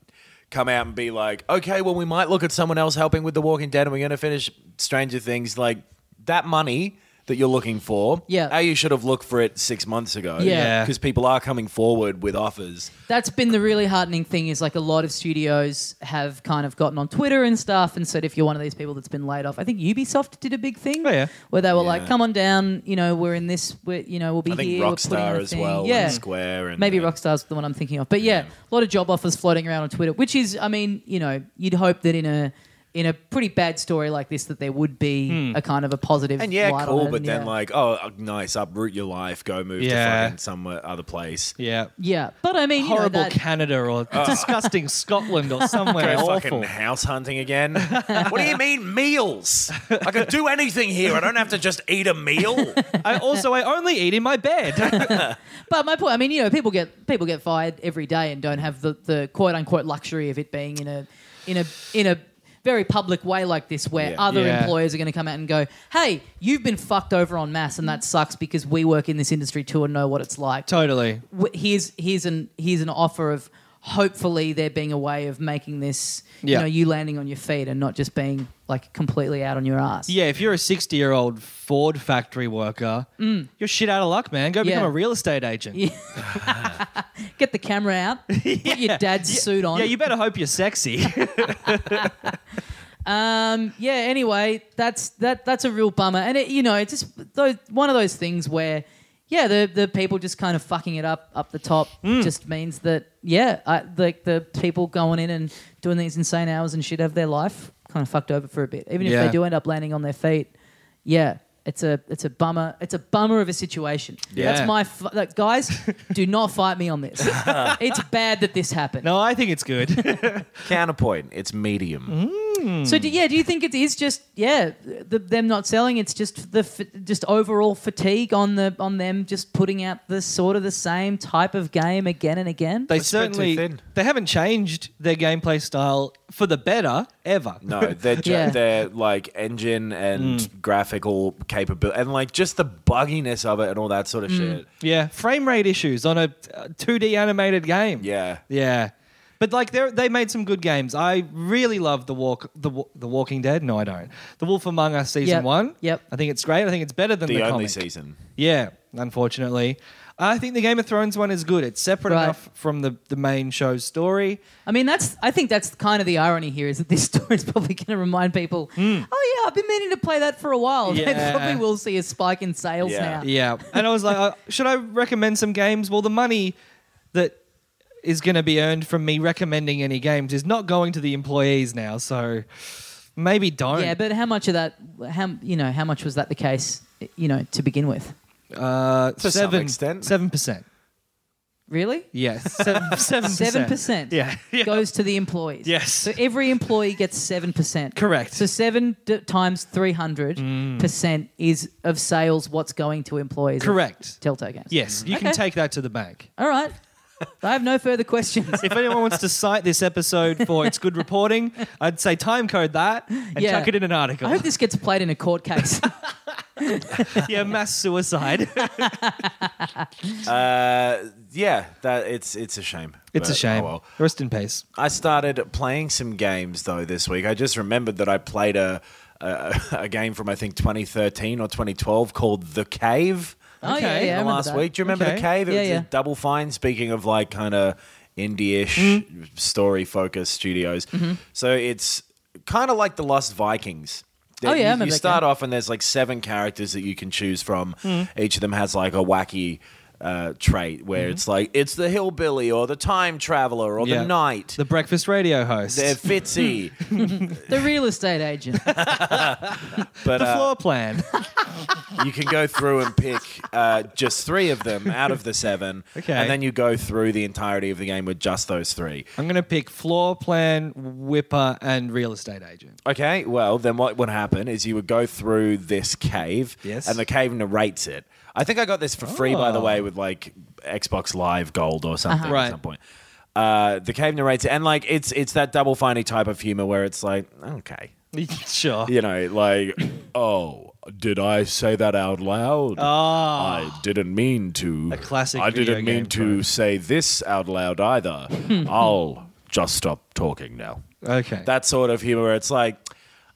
E: come out and be like, okay, well, we might look at someone else helping with The Walking Dead and we're going to finish Stranger Things. Like, that money that you're looking for,
C: Yeah.
E: A, you should have looked for it six months ago.
C: Yeah.
E: Because people are coming forward with offers.
C: that's been the really heartening thing is like a lot of studios have kind of gotten on Twitter and stuff and said if you're one of these people that's been laid off, I think Ubisoft did a big thing
D: Oh, yeah.
C: where they were like, "Come on down, you know, we're in this, we're, you know, we'll be
E: I think
C: here." we're putting on
E: Rockstar
C: a
E: as
C: thing."
E: well,
C: yeah.
E: and Square. and
C: Maybe
E: uh,
C: Rockstar's the one I'm thinking of. But yeah, a lot of job offers floating around on Twitter, which is, I mean, you know, you'd hope that in a in a pretty bad story like this, that there would be a kind of a positive.
E: And yeah,
C: light on
E: cool,
C: it,
E: but
C: and
E: then
C: yeah.
E: like, oh, nice, uproot your life, go move
D: Yeah.
E: to fucking somewhere other place.
D: Yeah.
C: yeah, but I mean, you know,
D: Horrible
C: that-
D: Canada or disgusting Scotland or somewhere
E: Go
D: awful.
E: fucking house hunting again. what do you mean meals? I could do anything here. I don't have to just eat a meal.
D: I also I only eat in my bed.
C: But my point, I mean, you know, people get people get fired every day and don't have the, the quote unquote luxury of it being in a in a in a very public way like this, where
E: Yeah.
C: other
D: Yeah.
C: employers are going to come out and go, "Hey, you've been fucked over on mass, and that sucks because we work in this industry too and know what it's like."
D: totally.
C: w- here's here's an here's an offer of hopefully there being a way of making this you
D: Yeah.
C: know you landing on your feet and not just being like completely out on your ass.
D: Yeah, if you're a 60 year old Ford factory worker, you're shit out of luck, man. Go become
C: Mm. Yeah.
D: a real estate agent. Yeah,
C: Get the camera out. Put your dad's suit on.
D: you better hope you're sexy.
C: yeah. Anyway, that's that that's a real bummer, and it you know it's just those, one of those things where yeah the the people just kind of fucking it up up the top
D: Mm.
C: just means that yeah I, like the people going in and doing these insane hours and shit have their life kind of fucked over for a bit, even if
D: Yeah.
C: they do end up landing on their feet. Yeah. It's a it's a bummer. It's a bummer of a situation.
D: Yeah.
C: That's my f- like, guys. do not fight me on this. it's bad that this happened.
D: no, I think it's good. Hmm?
E: Counterpoint, it's medium.
C: So do, yeah, do you think it is just yeah the, them not selling? It's just the f- just overall fatigue on the on them just putting out the sort of the same type of game again and again.
D: They
E: spread too
D: certainly
E: thin.
D: they haven't changed their gameplay style for the better ever.
E: No, they're ju-
C: Yeah.
E: they're like engine and
D: Hmm.
E: graphical capability, and like just the bugginess of it and all that sort
D: Hmm.
E: of shit.
D: Yeah, frame rate issues on a uh, 2D animated game.
E: Yeah.
D: yeah. But like they they made some good games. I really love the walk the Wa- the Walking Dead. No, I don't. The Wolf Among Us season
C: Yep,
D: one.
C: yep.
D: I think it's great. I think it's better than the,
E: The, only
D: comic.
E: season.
D: Yeah, unfortunately. I think the Game of Thrones one is good. It's separate
C: Right.
D: enough from the, the main show's story.
C: I mean, that's I think that's kind of the irony here is that this story is probably going to remind people, oh yeah, I've been meaning to play that for a while. They
D: Yeah.
C: probably will see a spike in sales
E: Yeah.
C: now.
D: Yeah. And I was like, uh, should I recommend some games? Well, the money that is going to be earned from me recommending any games is not going to the employees now. So maybe don't.
C: Yeah, but how much of that? How you know? How much was that the case? You know, to begin with,
D: uh,
E: To some
D: seven,
E: extent.
D: 7%.
C: really.
D: Yes. Seven, 7%.
C: Seven percent
D: Yeah. yeah.
C: goes to the employees.
D: Yes.
C: So every employee gets seven percent.
D: Correct. Mm.
C: So seven d- times three hundred percent is of sales. What's going to employees? of
D: Correct.
C: Telltale Games.
D: Yes. You can
C: Okay.
D: take that to the bank.
C: All right. I have no further questions.
D: If anyone wants to cite this episode for its good reporting, I'd say time code that and
C: Yeah.
D: chuck it in an article.
C: I hope this gets played in a court case.
D: yeah, mass suicide.
E: Uh, yeah, that it's it's a shame.
D: it's
E: but oh
D: a shame.
E: well.
D: Rest in peace.
E: I started playing some games though this week. I just remembered that I played a a, a game from I think 2013 or 2012 called The Cave.
C: Oh, yeah, yeah, I
E: in the
C: remember
E: last
C: that.
E: week. Do you remember
D: Okay.
E: The Cave? It
C: Yeah,
E: was
C: yeah.
E: a Double Fine. Speaking of like kind of indie-ish
C: Mm-hmm.
E: story-focused studios, so it's kind of like The Lost Vikings.
C: Oh, yeah, I
E: You-
C: remember
E: you
C: that
E: start
C: game. Mm.
E: off and there's like seven characters that you can choose from. Each of them has like a wacky uh, trait where
C: Mm-hmm.
E: it's like it's the hillbilly or the time traveler or
D: Yeah.
E: the knight.
D: The breakfast radio host.
E: They're fitzy,
C: the real estate agent.
E: but
D: the
E: uh,
D: floor plan.
E: you can go through and pick uh, just three of them out of the seven,
D: Okay.
E: and then you go through the entirety of the game with just those three.
D: I'm going to pick floor plan, whipper, and real estate agent.
E: Okay, well, then what would happen is you would go through this cave,
D: Yes.
E: and the cave narrates it. I think I got this for free, by the
D: Oh.
E: way, with like Xbox Live Gold or something
D: Right.
E: at some point. Uh, the cave narrates it, and like it's it's that double finding type of humor where it's like, okay,
D: sure.
E: you know, like, oh, did I say that out loud? I didn't mean to. A
D: classic
E: I
D: video
E: didn't mean
D: game
E: to
D: trope.
E: say this out loud either. I'll just stop talking now.
D: Okay.
E: That sort of humor where it's like,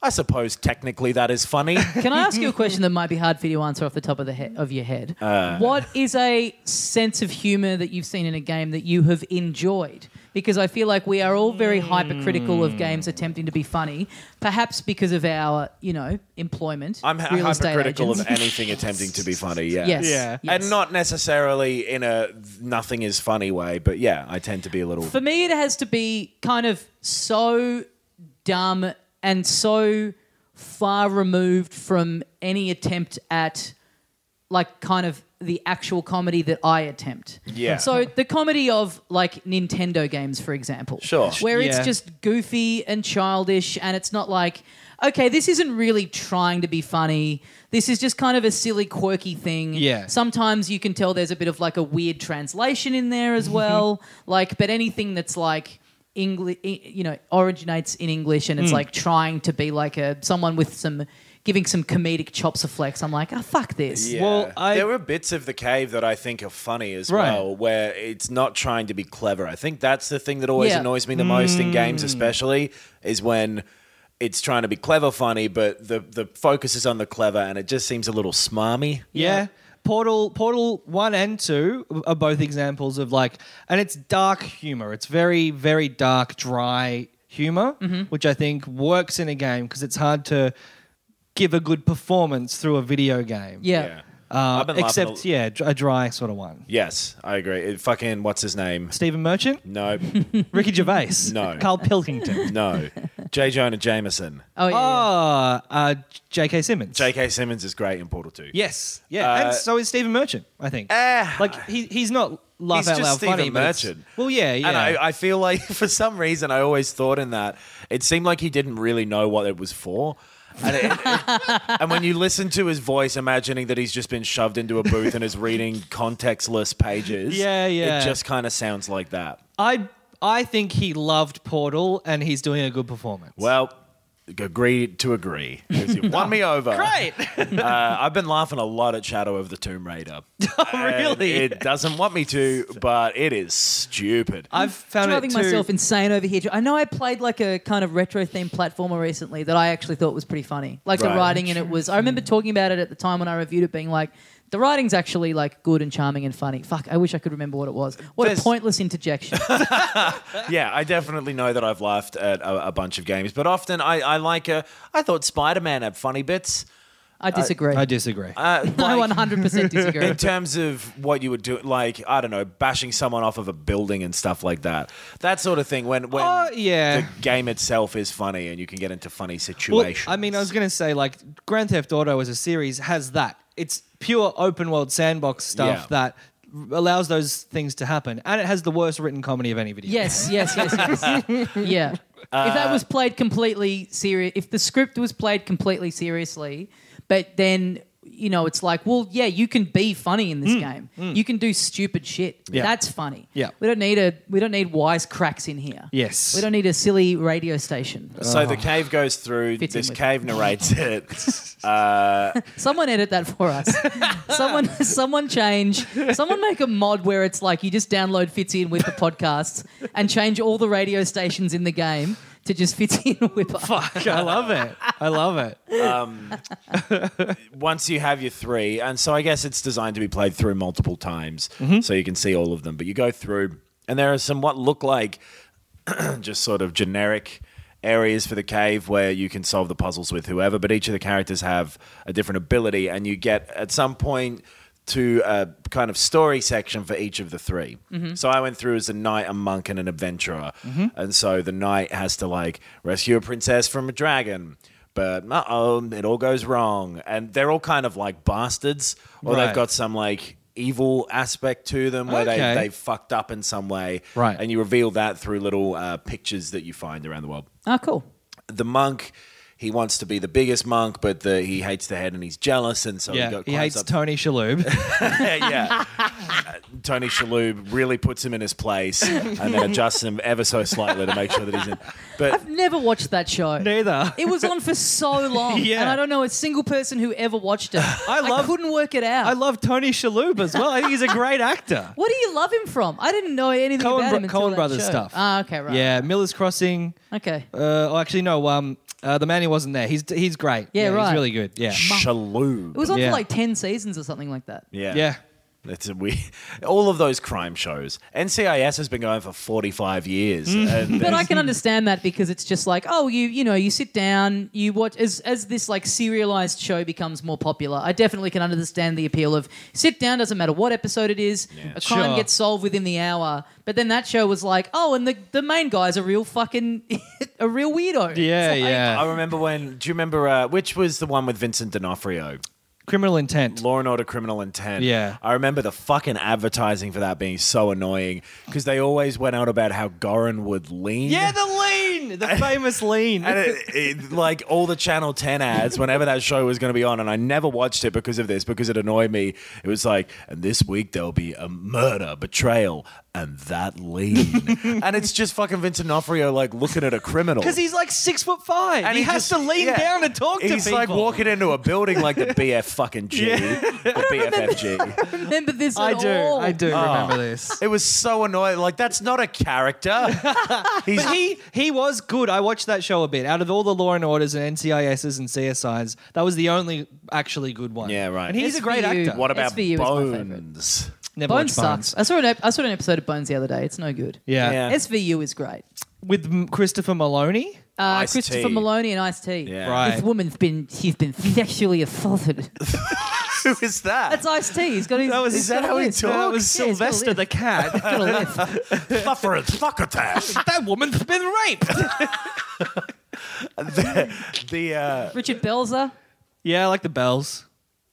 E: I suppose technically that is funny.
C: Can I ask you a question that might be hard for you to answer off the top of the he- of your head?
E: Uh.
C: what is a sense of humor that you've seen in a game that you have enjoyed? Because I feel like we are all very hypercritical of
E: Hmm.
C: games attempting to be funny, perhaps because of our, you know, employment.
E: I'm hy-
C: real estate
E: hypercritical of
C: agents.
E: anything attempting to be funny. Yeah.
C: Yes.
D: Yeah.
C: yes.
E: And not necessarily in a nothing is funny way, but yeah, I tend to be a little.
C: For me, it has to be kind of so dumb and so far removed from any attempt at, like, kind of the actual comedy that I attempt.
E: Yeah.
C: So the comedy of, like, Nintendo games, for example.
E: Sure.
C: Where
D: Yeah.
C: it's just goofy and childish, and it's not like, okay, this isn't really trying to be funny. This is just kind of a silly, quirky thing.
D: Yeah.
C: Sometimes you can tell there's a bit of like a weird translation in there as well. like, but anything that's like English, you know, originates in English and it's like trying to be like a someone with some giving some comedic chops a flex. I'm like, oh fuck this.
E: Yeah.
D: Well, I-
E: there were bits of the cave that I think are funny as
D: Right.
E: well, where it's not trying to be clever. I think that's the thing that always
C: Yeah.
E: annoys me the most in games,
D: Mm.
E: especially, is when it's trying to be clever funny, but the the focus is on the clever, and it just seems a little smarmy.
D: yeah. Portal Portal 1 and 2 are both examples of like and it's dark humor. It's very very dark dry humor,
E: Mm-hmm.
D: which I think works in a game because it's hard to give a good performance through a video game. Uh,
C: Yeah.
E: Yeah. I've been laughing
D: Except
E: a-
D: yeah, dr- a dry sort of one.
E: Yes, I agree. It fucking what's his name?
D: Stephen Merchant,
E: No,
D: Ricky Gervais,
E: No.
D: Carl Pilkington.
E: no, J. Jonah Jameson.
C: Oh yeah. yeah.
D: Ah, uh, J.K. Simmons.
E: J.K. Simmons is great in Portal Two.
D: Yes, yeah, and so is Stephen Merchant. I think. like he, he's not laugh
E: Ah. He's
D: out
E: just
D: loud
E: Stephen
D: funny. but it's-
E: Merchant.
D: Well, yeah, yeah.
E: And I, I feel like for some reason I always thought in that it seemed like he didn't really know what it was for. And, it- it- and when you listen to his voice, imagining that he's just been shoved into a booth and is reading contextless pages,
D: Yeah, yeah.
E: it just kind of sounds like that.
D: I I think he loved Portal and he's doing a good performance.
E: Well, agree to agree. 'cause You won me over.
D: Oh, Great.
E: Uh, I've been laughing a lot at Shadow of the Tomb Raider. And
D: Oh, really?
E: It doesn't want me to, but it is stupid.
D: I've found
C: driving
D: it too.
C: myself insane over here. I know I played like a kind of retro themed platformer recently that I actually thought was pretty funny. Like the
E: Right.
C: writing in it was. I remember talking about it at the time when I reviewed it, being like, the writing's actually like good and charming and funny. Fuck, I wish I could remember what it was. What a
E: There's-
C: pointless interjection.
E: yeah, I definitely know that I've laughed at a, a bunch of games, but often I, I like a. I thought Spider Man had funny bits.
C: I disagree.
D: I disagree.
E: Uh,
C: I
E: like-
C: 100% disagree.
E: in terms of what you would do, like I don't know, bashing someone off of a building and stuff like that, that sort of thing. When when
D: Oh, yeah.
E: the game itself is funny and you can get into funny
D: well,
E: situations.
D: I mean, I was going to say like Grand Theft Auto as a series has that. It's pure open world sandbox stuff
E: Yeah.
D: that r- allows those things to happen, and it has the worst written comedy of any video.
C: Yes, yes, yes, yes. yeah. if
D: Uh,
C: that was played completely serious, if the script was played completely seriously, but then you know it's like, well, yeah, you can be funny in this game. You can do stupid shit. That's funny.
D: Hmm. Yeah.
C: We don't need a we don't need wise cracks in here.
D: Yes.
C: We don't need a silly radio station.
E: so
D: Oh.
E: the cave goes through.
C: Fits in
E: This
C: with-
E: cave narrates it.
C: Someone edit that for us. someone, someone change. Someone make a mod where it's like you just download Fitzy and Whipper podcasts and change all the radio stations in the game to just Fitzy and Whipper.
D: Fuck, I love it. I love it.
E: once you have your three, and so I guess it's designed to be played through multiple times,
D: Mm-hmm.
E: so you can see all of them. But you go through, and there are some what look like just sort of generic areas for the cave where you can solve the puzzles with whoever. But each of the characters have a different ability, and you get at some point to a kind of story section for each of the 3
D: Mm-hmm.
E: So I went through as a knight, a monk, and an adventurer, and so the knight has to like rescue a princess from a dragon but uh oh, it all goes wrong. And they're all kind of like bastards, or
D: Right.
E: they've got some like evil aspect to them where
D: Okay.
E: they, they've fucked up in some way.
D: Right.
E: And you reveal that through little uh, pictures that you find around the world
D: Ah,
C: Oh, cool.
E: the monk. He wants to be the biggest monk, but the, he hates the head and he's jealous, and so he,
D: Yeah,
E: got,
D: he
E: climbs
D: hates
E: up.
D: Tony Shalhoub.
E: yeah, Uh, Tony Shalhoub really puts him in his place, and then adjusts him ever so slightly to make sure that he's in. But
C: Never watched that show.
D: Neither.
C: It was on for so long,
D: Yeah.
C: and I don't know a single person who ever watched it. I
D: love-
C: couldn't work it out.
D: I love Tony Shalhoub as well. I think he's a great actor.
C: What do you love him from? I didn't know anything
D: Cohen
C: about
D: Bro-
C: him until
D: Cohen
C: that
D: Brothers
C: show.
D: stuff.
C: Ah, okay, right.
D: Yeah, Miller's Crossing.
C: Okay.
D: Uh, oh, actually, no. Um, uh, the man who wasn't there. He's he's great.
C: Yeah, right.
D: He's really good. Yeah,
E: Shalhoub,
C: It was on
D: Yeah.
C: for like ten seasons or something like that.
E: yeah,
D: yeah.
E: It's a weird. All of those crime shows. NCIS has been going for 45 years.
D: Mm.
E: And uh,
C: But I can understand that because it's just like, oh, you you know, you sit down, you watch as as this like serialized show becomes more popular. I definitely can understand the appeal of sit down doesn't matter what episode it is, a crime
D: Sure.
C: gets solved within the hour. But then that show was like, oh, and the the main guy's a real fucking a real weirdo.
D: Yeah,
C: It's like,
D: yeah.
E: I remember when. Do you remember uh, which was the one with Vincent D'Onofrio?
D: Criminal intent.
E: Law and Order: Criminal Intent.
D: Yeah.
E: I remember the fucking advertising for that being so annoying because they always went out about how Goran would lean.
D: Yeah, the lean, the famous lean.
E: and it, it, like all the Channel 10 ads, whenever that show was going to be on, and I never watched it because of this, because it annoyed me. It was like, and this week there'll be a murder, betrayal, and that lean. and it's just fucking Vincent D'Onofrio like looking at a criminal.
D: Because he's like six foot five, and he, has
E: just-
D: to lean
E: yeah.
D: down and talk to
E: he's
D: people.
E: like walking into a building like the BF fucking G, the BFFG.
C: I remember this. At
D: I do,
C: all.
D: I do
E: Ah.
D: remember this.
E: It was so annoying. Like that's not a character. He's
D: But he he was good. I watched that show a bit. Out of all the Law and Orders and NCISs and CSIs, that was the only actually good one.
E: Yeah, right.
D: And he's a great
C: SVU.
D: actor.
E: what about
C: SVU is my favourite.
E: Bones?
D: Never
C: Bones
D: watched
C: sucks. I saw an ep- I saw an episode of Bones the other day. It's no good.
D: Yeah.
E: Yeah.
C: SVU is great.
D: with M- Christopher Maloney.
C: Uh,
E: Ice-T.
C: Christopher Maloney and Ice T.
E: Yeah.
D: Right.
C: This woman's been she's been sexually assaulted.
E: Who is that?
C: That's Ice T. He's got his.
D: That was-
C: he's
D: is
E: that
C: got a
E: how he
C: lisp.
E: talks?
D: That was
C: Yeah, he's got a
D: Sylvester the
C: lisp.
D: cat.
C: He's got a lisp.
E: Fluffer and Fluckatash.
D: that woman's been raped.
E: the uh,
C: Richard Belzer.
D: yeah, I like the bells.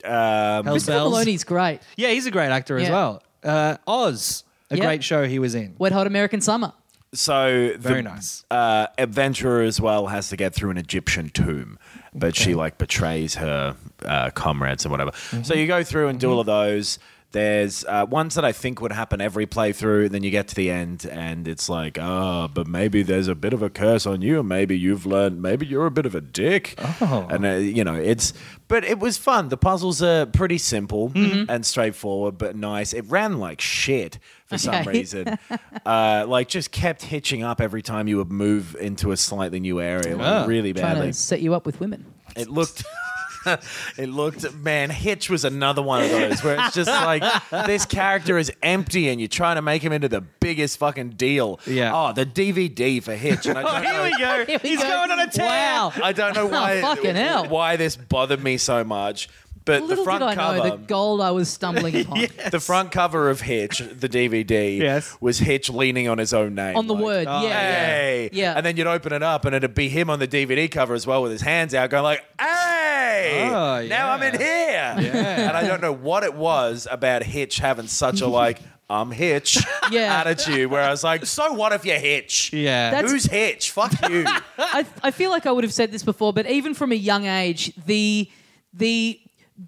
E: um,
D: Hell's
C: Christopher
D: bells.
C: Maloney's great.
D: Yeah, he's a great actor as
C: Yeah.
D: well. Uh, Oz. a
C: Yeah.
D: great show he was in.
C: Wet Hot American Summer.
E: So the,
D: Very nice.
E: Uh, adventurer as well has to get through an Egyptian tomb, but she like betrays her uh, comrades and whatever. So you go through and do all of those. There's uh, ones that I think would happen every playthrough. Then you get to the end, and it's like, ah, but maybe there's a bit of a curse on you. Maybe you've learned. Maybe you're a bit of a dick. Oh. And uh, you know, it's. But it was fun. The puzzles are pretty simple and straightforward, but nice. It ran like shit for some
C: Okay.
E: reason. uh, like just kept hitching up every time you would move into a slightly new area,
C: Oh,
E: like really
C: Trying
E: badly.
C: to set you up with women.
E: It looked. It looked, man. Hitch was another one of those where it's just like this character is empty, and you're trying to make him into the biggest fucking deal.
D: Yeah.
E: Oh, the DVD for Hitch. And I don't know,
D: go.
C: Here we go. Wow.
E: I don't know why.
C: fucking hell.
E: Why this bothered me so much? But
C: Little
E: the front
C: did I
E: cover.
C: know the gold I was stumbling upon.
E: The front cover of Hitch, the DVD,
D: Yes.
E: was Hitch leaning on his own name.
C: On the
E: like,
C: word, yeah, yeah.
E: Hey.
C: Yeah.
E: And then you'd open it up and it'd be him on the DVD cover as well with his hands out going like, hey,
D: Oh, yeah.
E: now I'm in here. And I don't know what it was about Hitch having such a like, I'm Hitch
C: Yeah.
E: attitude where I was like, so what if you're Hitch?
D: Yeah.
C: That's-
E: Who's Hitch? Fuck you.
C: I, I feel like I would have said this before, but even from a young age, the the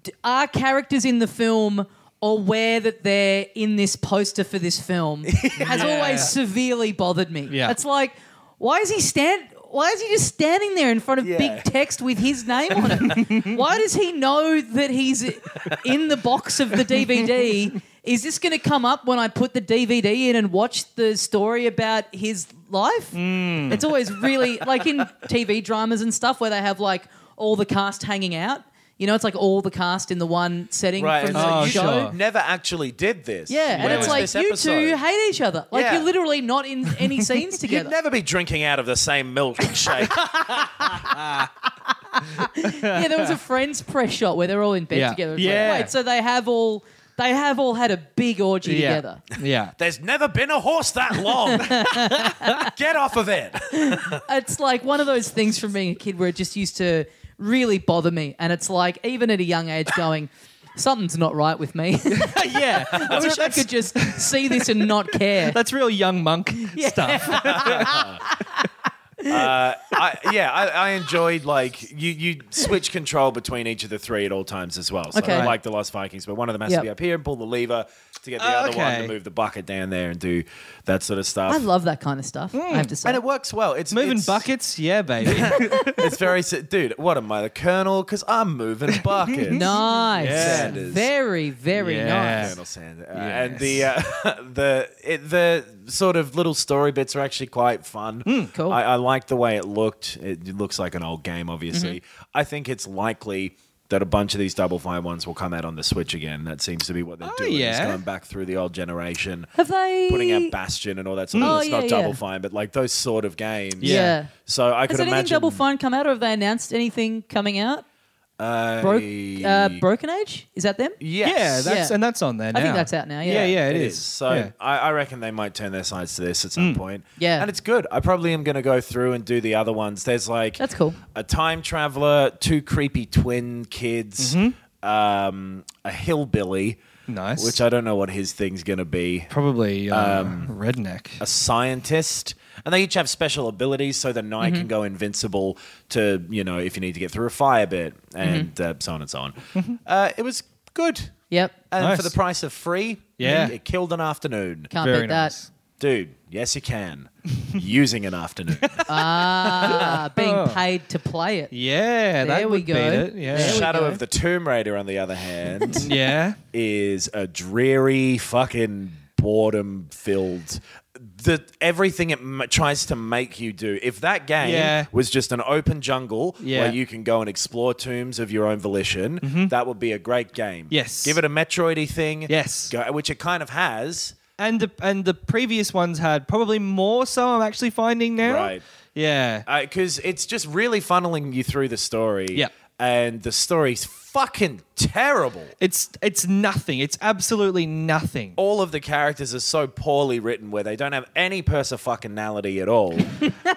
C: d- our characters in the film aware that they're in this poster for this film has always severely bothered me.
D: Yeah.
C: It's like, why is he stand? Why is he just standing there in front of
E: Yeah.
C: big text with his name on it? why does he know that he's in the box of the DVD? Is this going to come up when I put the DVD in and watch the story about his life?
E: Mm.
C: It's always really like in TV dramas and stuff where they have like all the cast hanging out. You know, it's like all the cast in the one setting
E: right.
C: from
E: And
C: the
E: so
D: Oh,
E: you
C: show.
D: sure.
E: never actually did this.
C: Yeah, and
E: When it
C: it's
E: was
C: like
E: this
C: you two
E: episode.
C: hate each other. Like
E: Yeah.
C: you're literally not in any scenes together.
E: You'd never be drinking out of the same milkshake.
C: yeah, there was a friends press shot where they're all in bed
D: Yeah.
C: together. It's
D: Yeah.
C: Like, wait, so they have all they have all had a big orgy
D: yeah.
C: together.
D: yeah.
E: There's never been a horse that long. Get off of it.
C: It's like one of those things from being a kid where it just used to really bother me, and it's like even at a young age going. Something's not right with me.
D: yeah.
C: I wish I could just see this and not care.
D: That's real young monk stuff.
E: Uh, I, yeah, I, I enjoyed like you you switch control between each of the three at all times as well. So
C: Okay.
E: like the Lost Vikings, but one of them has
C: Yep.
E: to be up here and pull the lever to get the
D: Oh,
E: other one
D: okay.
E: to move the bucket down there and do that sort of stuff.
C: I love that kind of stuff. I have to say.
E: Mm. and it works well. It's
D: Moving
E: it's-
D: buckets, yeah, baby.
E: It's very si- dude. What am I, the colonel? Because I'm moving buckets.
C: Nice.
E: Sanders.
C: Very, very
D: Yes.
C: nice.
E: Colonel Sanders. Uh, And the uh, the it, the sort of little story bits are actually quite fun.
C: Hmm, cool.
E: I, I like the way it looked. It looks like an old game, obviously.
C: Mm-hmm.
E: I think it's likely that a bunch of these Double Fine ones will come out on the Switch again. That seems to be what they're doing. is
D: yeah.
E: going back through the old generation.
C: Oh, Have they
E: Putting out Bastion and all that sort of
C: Oh,
E: It's not
C: yeah,
E: Double
C: yeah.
E: Fine, but like those sort of games.
C: Yeah.
E: So I
C: Has
E: could
C: anything
E: imagine.
C: Double Fine come out, or have they announced anything coming out?
E: uh,
C: Broke, uh, Broken Age? Is that them?
D: Yeah,
E: yes.
D: that's
C: Yeah.
D: and that's on there. Now.
C: I think that's out now, yeah.
D: yeah,
E: It is.
D: is.
E: So
D: yeah. Mm.
E: I, I reckon they might turn their sides to this at some point.
C: Yeah.
E: And it's good. I probably am going to go through and do the other ones. There's like
C: That's cool.
E: a time traveler, two creepy twin kids, um, a hillbilly.
D: Mm-hmm. Nice.
E: Which I don't know what his thing's going to be.
D: probably um, redneck.
E: A scientist. And they each have special abilities, so the knight
D: Mm-hmm.
E: can go invincible to, you know, if you need to get through a fire bit,
D: Mm-hmm.
E: and uh, so on and so on. Uh, it was good.
C: Yep.
E: And
D: Nice.
E: for the price of free,
D: Yeah.
E: it killed an afternoon.
C: Can't
D: Very
C: beat
D: nice.
E: Dude, yes, you can. Using an afternoon.
C: that. Uh, being paid to play it.
D: Yeah,
C: There
D: that
C: we
D: would
C: go.
D: beat it. Yeah,
C: There we
E: Shadow
C: go.
E: of the Tomb Raider, on the other hand,
D: yeah.
E: is a dreary, fucking boredom filled. The, everything it m- tries to make you do. If that game
D: Yeah.
E: was just an open jungle
D: Yeah. Mm-hmm.
E: where you can go and explore tombs of your own volition, that would be a great game.
D: Yes.
E: Give it a Metroidy thing.
D: Yes.
E: Go, which it kind of has.
D: And the, and the previous ones had probably more. So I'm actually finding now.
E: Right.
D: Yeah.
E: because Uh, it's just really funneling you through the story.
D: Yeah.
E: And the story's fucking terrible.
D: It's it's nothing. It's absolutely nothing.
E: All of the characters are so poorly written where they don't have any persofuckinality at all.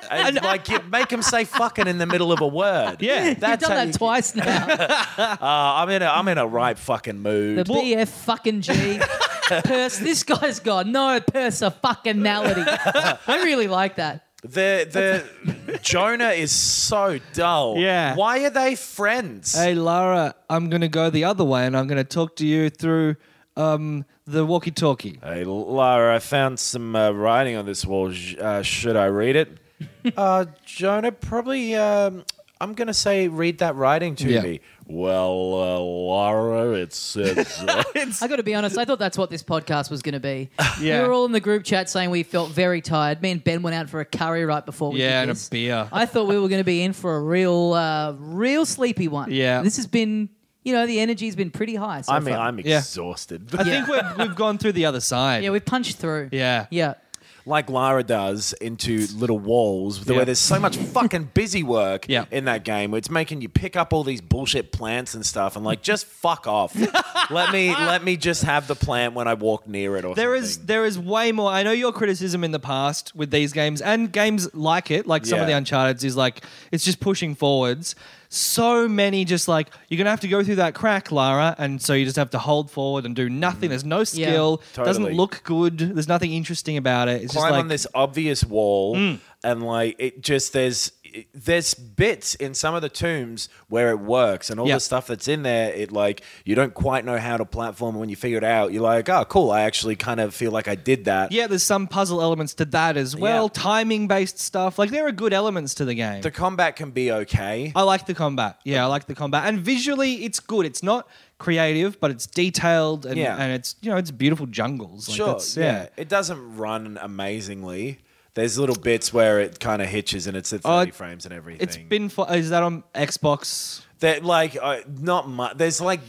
E: and like you make them say fucking in the middle of a word.
D: Yeah.
E: That's
C: You've
E: how
C: done
E: you-
C: that twice now.
E: Uh, I'm in a I'm in a right fucking mood.
C: The BF fucking G. Pers- this guy's gone. No personality. I really like that.
E: The the Jonah is so dull.
D: Yeah. Uh,
E: Why are they friends?
D: Hey, Lara, I'm going to go the other way and I'm going to talk to you through um, the walkie talkie.
E: Hey, Lara, I found some uh, writing on this wall. Sh- Uh, should I read it? uh, Jonah, probably. Um, I'm gonna say, read that writing to
D: Yeah.
E: me. Well, uh, Lara, it says. uh,
C: I got to be honest. I thought that's what this podcast was going to be.
D: Yeah.
C: We were all in the group chat saying we felt very tired. Me and Ben went out for a curry right before we
D: Yeah,
C: did
D: and a
C: this.
D: beer.
C: I thought we were going to be in for a real, uh, real sleepy one.
D: Yeah.
C: This has been, you know, the energy's been pretty high. So
E: I mean,
C: far.
E: I'm
D: Yeah.
E: exhausted.
D: I think we've, we've gone through the other side.
C: Yeah, we punched through.
D: Yeah.
C: Yeah.
E: like Lara does into little walls the
D: Yeah.
E: way there's so much fucking busy work
D: Yeah.
E: in that game where it's making you pick up all these bullshit plants and stuff and like just fuck off. let me let me just have the plant when I walk near it or
D: There
E: something.
D: is there is way more. I know your criticism in the past with these games and games like it, like some of the
E: Yeah.
D: Uncharted's, is like it's just pushing forwards. So many just like you're gonna have to go through that crack, Lara, and so you just have to hold forward and do nothing. There's no skill. Doesn't
E: Mm-hmm. Totally.
D: look good. There's nothing interesting about it. It's
E: climb
D: just like Hmm.
E: on this obvious wall and like it just there's it- there's bits in some of the tombs where it works and all
D: Yeah.
E: the stuff that's in there it like you don't quite know how to platform and when you figure it out you're like oh cool I actually kind of feel like I did that
D: yeah, there's some puzzle elements to that as well.
E: Yeah.
D: Timing based stuff. Like there are good elements to the game.
E: the combat can be okay
D: I like the combat. Yeah, I like the combat. And visually, it's good. It's not creative, but it's detailed and,
E: Yeah.
D: and it's you know it's beautiful jungles. Like,
E: Sure.
D: that's-
E: yeah. It doesn't run amazingly. There's little bits where it kind of hitches and it's at 30
D: Oh, it-
E: frames and everything.
D: It's been for, is that on Xbox?
E: that like uh, not much. There's like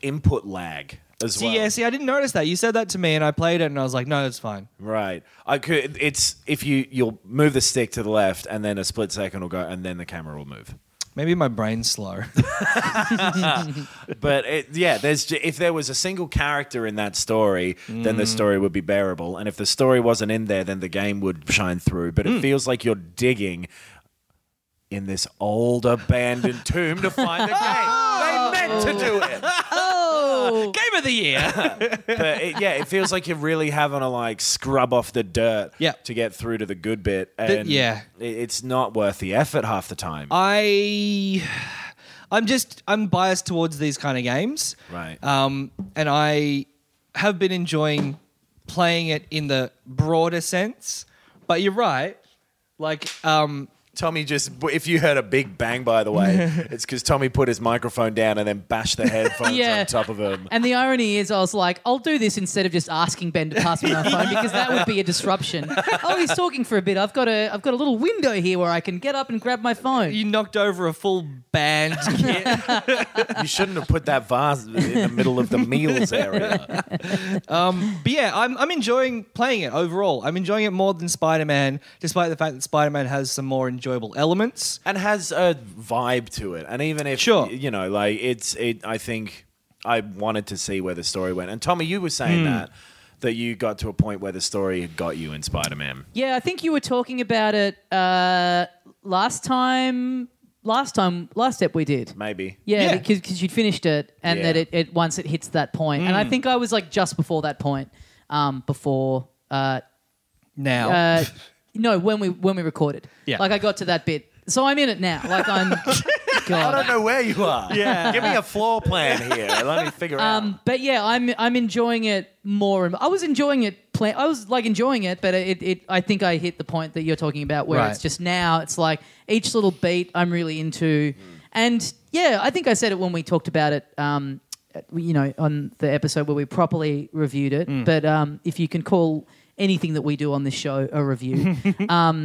E: input lag as
D: See,
E: well.
D: yeah, see, I didn't notice that. You said that to me, and I played it, and I was like, no, that's fine.
E: Right. I could. It's if you you'll move the stick to the left and then a split second will go and then the camera will move.
D: Maybe my brain's slow.
E: But it, yeah, there's ju- if there was a single character in that story, then the story would be bearable. And if the story wasn't in there, then the game would shine through. But
D: Hmm.
E: it feels like you're digging in this old abandoned tomb to find the game. They meant to do it.
C: Oh.
D: Game of the year.
E: But it, yeah, it feels like you're really having to like scrub off the dirt
D: Yeah.
E: to get through to the good bit. And
D: yeah.
E: it- it's not worth the effort half the time.
D: I, I'm just I'm biased towards these kind of games.
E: right.
D: um, and I have been enjoying playing it in the broader sense. But you're right, like um,
E: Tommy just, if you heard a big bang, by the way, it's because Tommy put his microphone down and then bashed the headphones
C: Yeah.
E: on top of him.
C: And the irony is, I was like, I'll do this instead of just asking Ben to pass me my phone because that would be a disruption. oh, he's talking for a bit. I've got a, I've got a little window here where I can get up and grab my phone.
D: you knocked over a full band kit.
E: You shouldn't have put that vase in the middle of the meals area.
D: but yeah, I'm, I'm enjoying playing it overall. I'm enjoying it more than Spider Man, despite the fact that Spider Man has some more enjoyable elements.
E: And has a vibe to it. And even if,
D: Sure.
E: you know, like it's, it, I think I wanted to see where the story went. And Tommy, you were saying that, that you got to a point where the story had got you in Spider Man.
C: Yeah, I think you were talking about it uh, last time. Last time, last step we did.
E: Maybe.
C: Yeah,
D: Yeah.
C: because you'd finished it, and
E: Yeah.
C: that it, it once it hits that point, and I think I was like just before that point, um, before uh,
D: Now,
C: uh, no, when we when we recorded.
D: Yeah.
C: like I got to that bit, so I'm in it now. Like I'm.
E: I
C: God.
E: don't know where you are. Yeah. Give me a floor plan here. Let me figure out.
C: Um, But yeah, I'm I'm enjoying it more. and I was enjoying it. Play, I was like enjoying it, but it, it I think I hit the point that you're talking about where
D: Right.
C: it's just now. It's like each little beat I'm really into,
D: Hmm.
C: and yeah, I think I said it when we talked about it. Um, at- you know, on the episode where we properly reviewed it.
D: Hmm.
C: But um, if you can call anything that we do on this show a review, Um,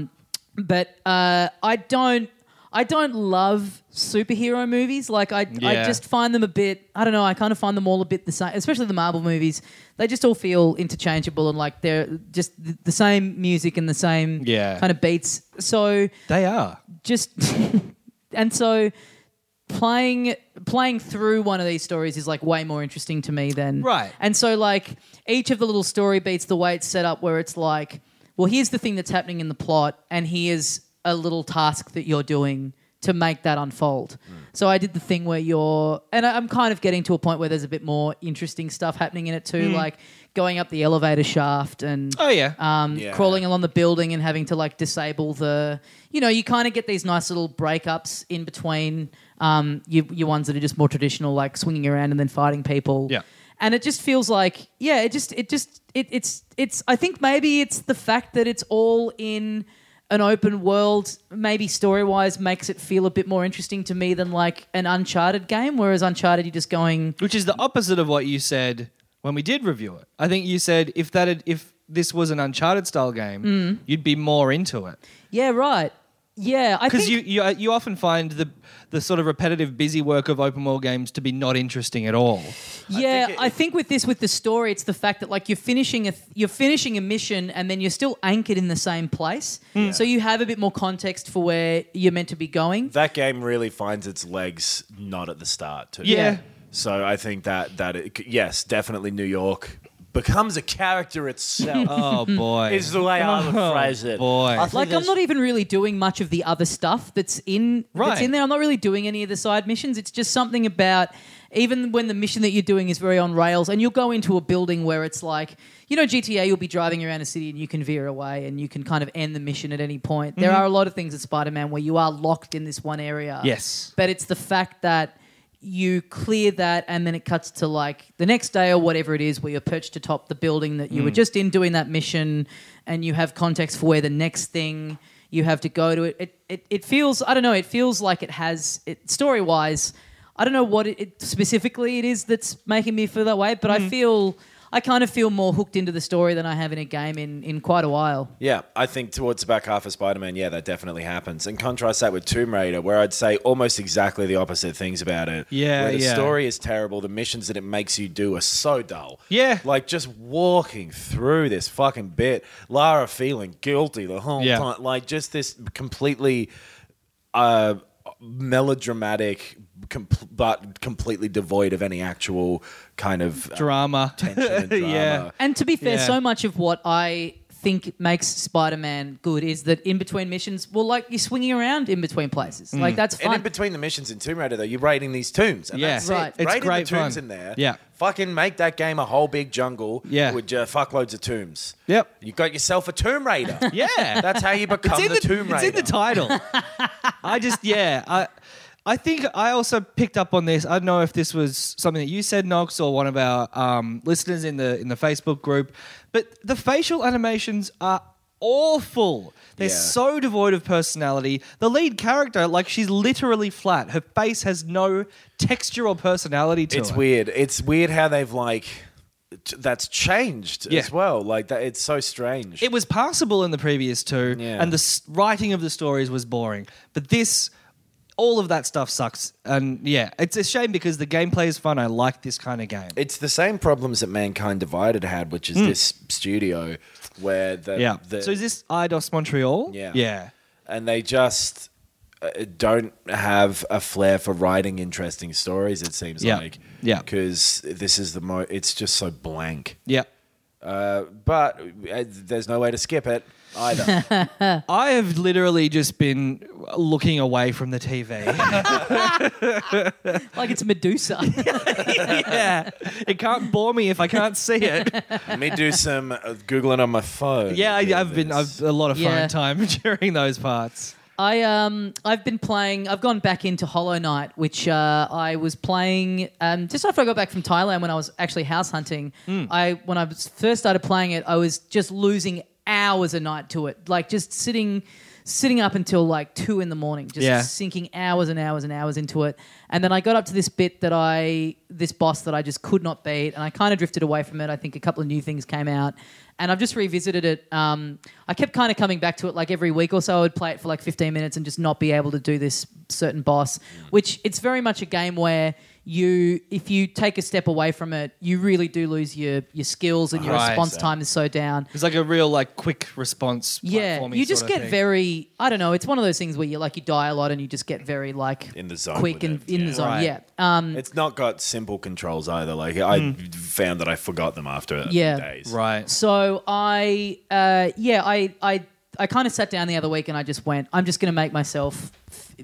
C: but uh, I don't. I don't love superhero movies. Like I, I
D: Yeah.
C: just find them a bit. I don't know. I kind of find them all a bit the same. Especially the Marvel movies. They just all feel interchangeable and like they're just th- the same music and the same
D: Yeah.
C: kind of beats. So
D: they are.
C: just and so playing playing through one of these stories is like way more interesting to me than
D: Right.
C: and so like each of the little story beats the way it's set up where it's like well here's the thing that's happening in the plot and here's a little task that you're doing to make that unfold.
D: Hmm.
C: So I did the thing where you're, and I- I'm kind of getting to a point where there's a bit more interesting stuff happening in it too, like going up the elevator shaft and
D: Hmm. Oh yeah.
C: um, crawling along the building and having to like disable the. You know, you kind of get these nice little breakups in between um, your, your ones that are just more traditional, like swinging around and then fighting people.
D: Yeah.
C: And it just feels like, yeah, it just, it just, it, it's, it's. I think maybe it's the fact that it's all in an open world. Maybe story wise makes it feel a bit more interesting to me than like an Uncharted game. Whereas Uncharted, you're just going,
D: Which is the opposite of what you said when we did review it. I think you said if that had, if this was an Uncharted style game, you'd be more into it
C: yeah, right, yeah. I
D: because
C: think
D: you, you uh, you often find the the sort of repetitive busy work of open world games to be not interesting at all.
C: Yeah, I think, with this, with the story, it's the fact that like you're finishing a th- you're finishing a mission, and then you're still anchored in the same place. So you have a bit more context for where you're meant to be going.
E: That game really finds its legs not at the start, too.
D: Yeah.
E: So I think that that it, yes, definitely New York becomes a character itself.
D: Oh boy. Oh,
E: Is the way I would phrase it.
D: boy.
E: I think
C: Like I'm
E: that's-
C: not even really doing much of the other stuff that's in that's
D: Right.
C: in there. I'm not really doing any of the side missions. It's just something about even when the mission that you're doing is very on rails, and you'll go into a building where it's like you know GTA, you'll be driving around a city and you can veer away and you can kind of end the mission at any point. There are a lot of things in Spider-Man where you are locked in this one area.
D: Yes.
C: but it's the fact that. You clear that, and then it cuts to like the next day or whatever it is, where you're perched atop the building that you were just in doing that mission, and you have context for where the next thing you have to go to it. It, it, it feels, I don't know, it feels like it has, it, story wise, I don't know what it, it specifically it is that's making me feel that way, but I feel, I kind of feel more hooked into the story than I have in a game in, in quite a while.
E: Yeah, I think towards the back half of Spider Man, yeah, that definitely happens. And contrast that with Tomb Raider, where I'd say almost exactly the opposite things about it.
D: Yeah,
E: Where the
D: yeah.
E: story is terrible, the missions that it makes you do are so dull.
D: Yeah.
E: Like just walking through this fucking bit, Lara feeling guilty the whole
D: Yeah.
E: time. Like just this completely uh, melodramatic, com- but completely devoid of any actual kind of uh,
D: Drama.
E: tension and drama.
D: Yeah.
C: And to be fair,
D: Yeah.
C: so much of what I think makes Spider-Man good is that in between missions, well, like you're swinging around in between places. Like that's
E: And
C: fun.
E: in between the missions in Tomb Raider, though, you're raiding these tombs. And
D: Yeah.
E: that's
C: Right.
E: it.
D: It's
E: raiding
D: great
E: the tombs
D: fun.
E: in there.
D: Yeah.
E: Fucking make that game a whole big jungle
D: Yeah.
E: with uh, fuckloads of tombs.
D: Yep.
E: You got yourself a Tomb Raider.
D: Yeah.
E: That's how you become the, Tomb
D: it's
E: Raider.
D: in the title. I just yeah. I I think I also picked up on this. I don't know if this was something that you said, Knox, or one of our um, listeners in the in the Facebook group, but the facial animations are awful. They're
E: Yeah.
D: so devoid of personality. The lead character, like she's literally flat. Her face has no texture or personality to
E: it's
D: it.
E: weird. It's weird how they've like t- that's changed
D: Yeah.
E: as well. Like that, it's so strange.
D: It was passable in the previous two,
E: Yeah.
D: and the s- writing of the stories was boring. But this, all of that stuff sucks. And yeah, it's a shame because the gameplay is fun. I like this kind of game.
E: it's the same problems that Mankind Divided had, which is this studio where the,
D: Hmm. yeah.
E: the
D: so is this IDOS Montreal?
E: Yeah.
D: Yeah.
E: and they just uh, don't have a flair for writing interesting stories. It seems
D: Yeah.
E: like
D: Yeah.
E: because this is the mo. It's just so blank.
D: Yeah.
E: But uh, there's no way to skip it either.
D: I have literally just been looking away from the TV.
C: like it's Medusa.
D: yeah. It can't bore me if I can't see it.
E: Let me do some uh, googling on my phone.
D: Yeah, I, I've been I've a lot of phone
C: Yeah.
D: time during those parts.
C: I um I've been playing. I've gone back into Hollow Knight, which uh, I was playing um, just after I got back from Thailand when I was actually house hunting. I when I was first started playing it, I was just losing hours a night to it, like just sitting sitting up until like two in the morning, just
D: Yeah.
C: sinking hours and hours and hours into it. And then I got up to this bit that I this boss that I just could not beat, and I kind of drifted away from it. I think a couple of new things came out, and I've just revisited it. Um, I kept kind of coming back to it like every week or so. I would play it for like 15 minutes and just not be able to do this certain boss, which it's very much a game where you, if you take a step away from it, you really do lose your your skills and your
D: Right.
C: response time is so down.
D: It's like a real like quick response.
C: Yeah,
D: platformy
C: you just
D: sort of
C: get
D: thing.
C: very. I don't know. It's one of those things where you like you die a lot and you just get very like
E: In the zone
C: quick
E: with
C: and
E: it,
C: in the
E: yeah.
C: zone.
D: Right.
C: Yeah. Um,
E: It's not got simple controls either. Like I
D: Hmm.
E: found that I forgot them after a few
C: Yeah.
E: days.
D: right.
C: so I, uh, yeah, I, I I kind of sat down the other week and I just went, I'm just going to make myself f-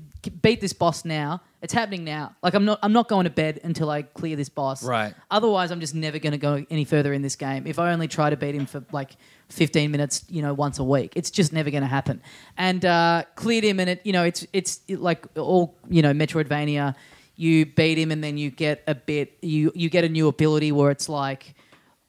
C: beat this boss now. It's happening now. Like I'm not I'm not going to bed until I clear this boss.
D: Right.
C: Otherwise, I'm just never going to go any further in this game. If I only try to beat him for like 15 minutes, you know, once a week, it's just never going to happen. And uh, cleared him, and it, you know, it's it's like all you know, Metroidvania. You beat him, and then you get a bit. You you get a new ability where it's like,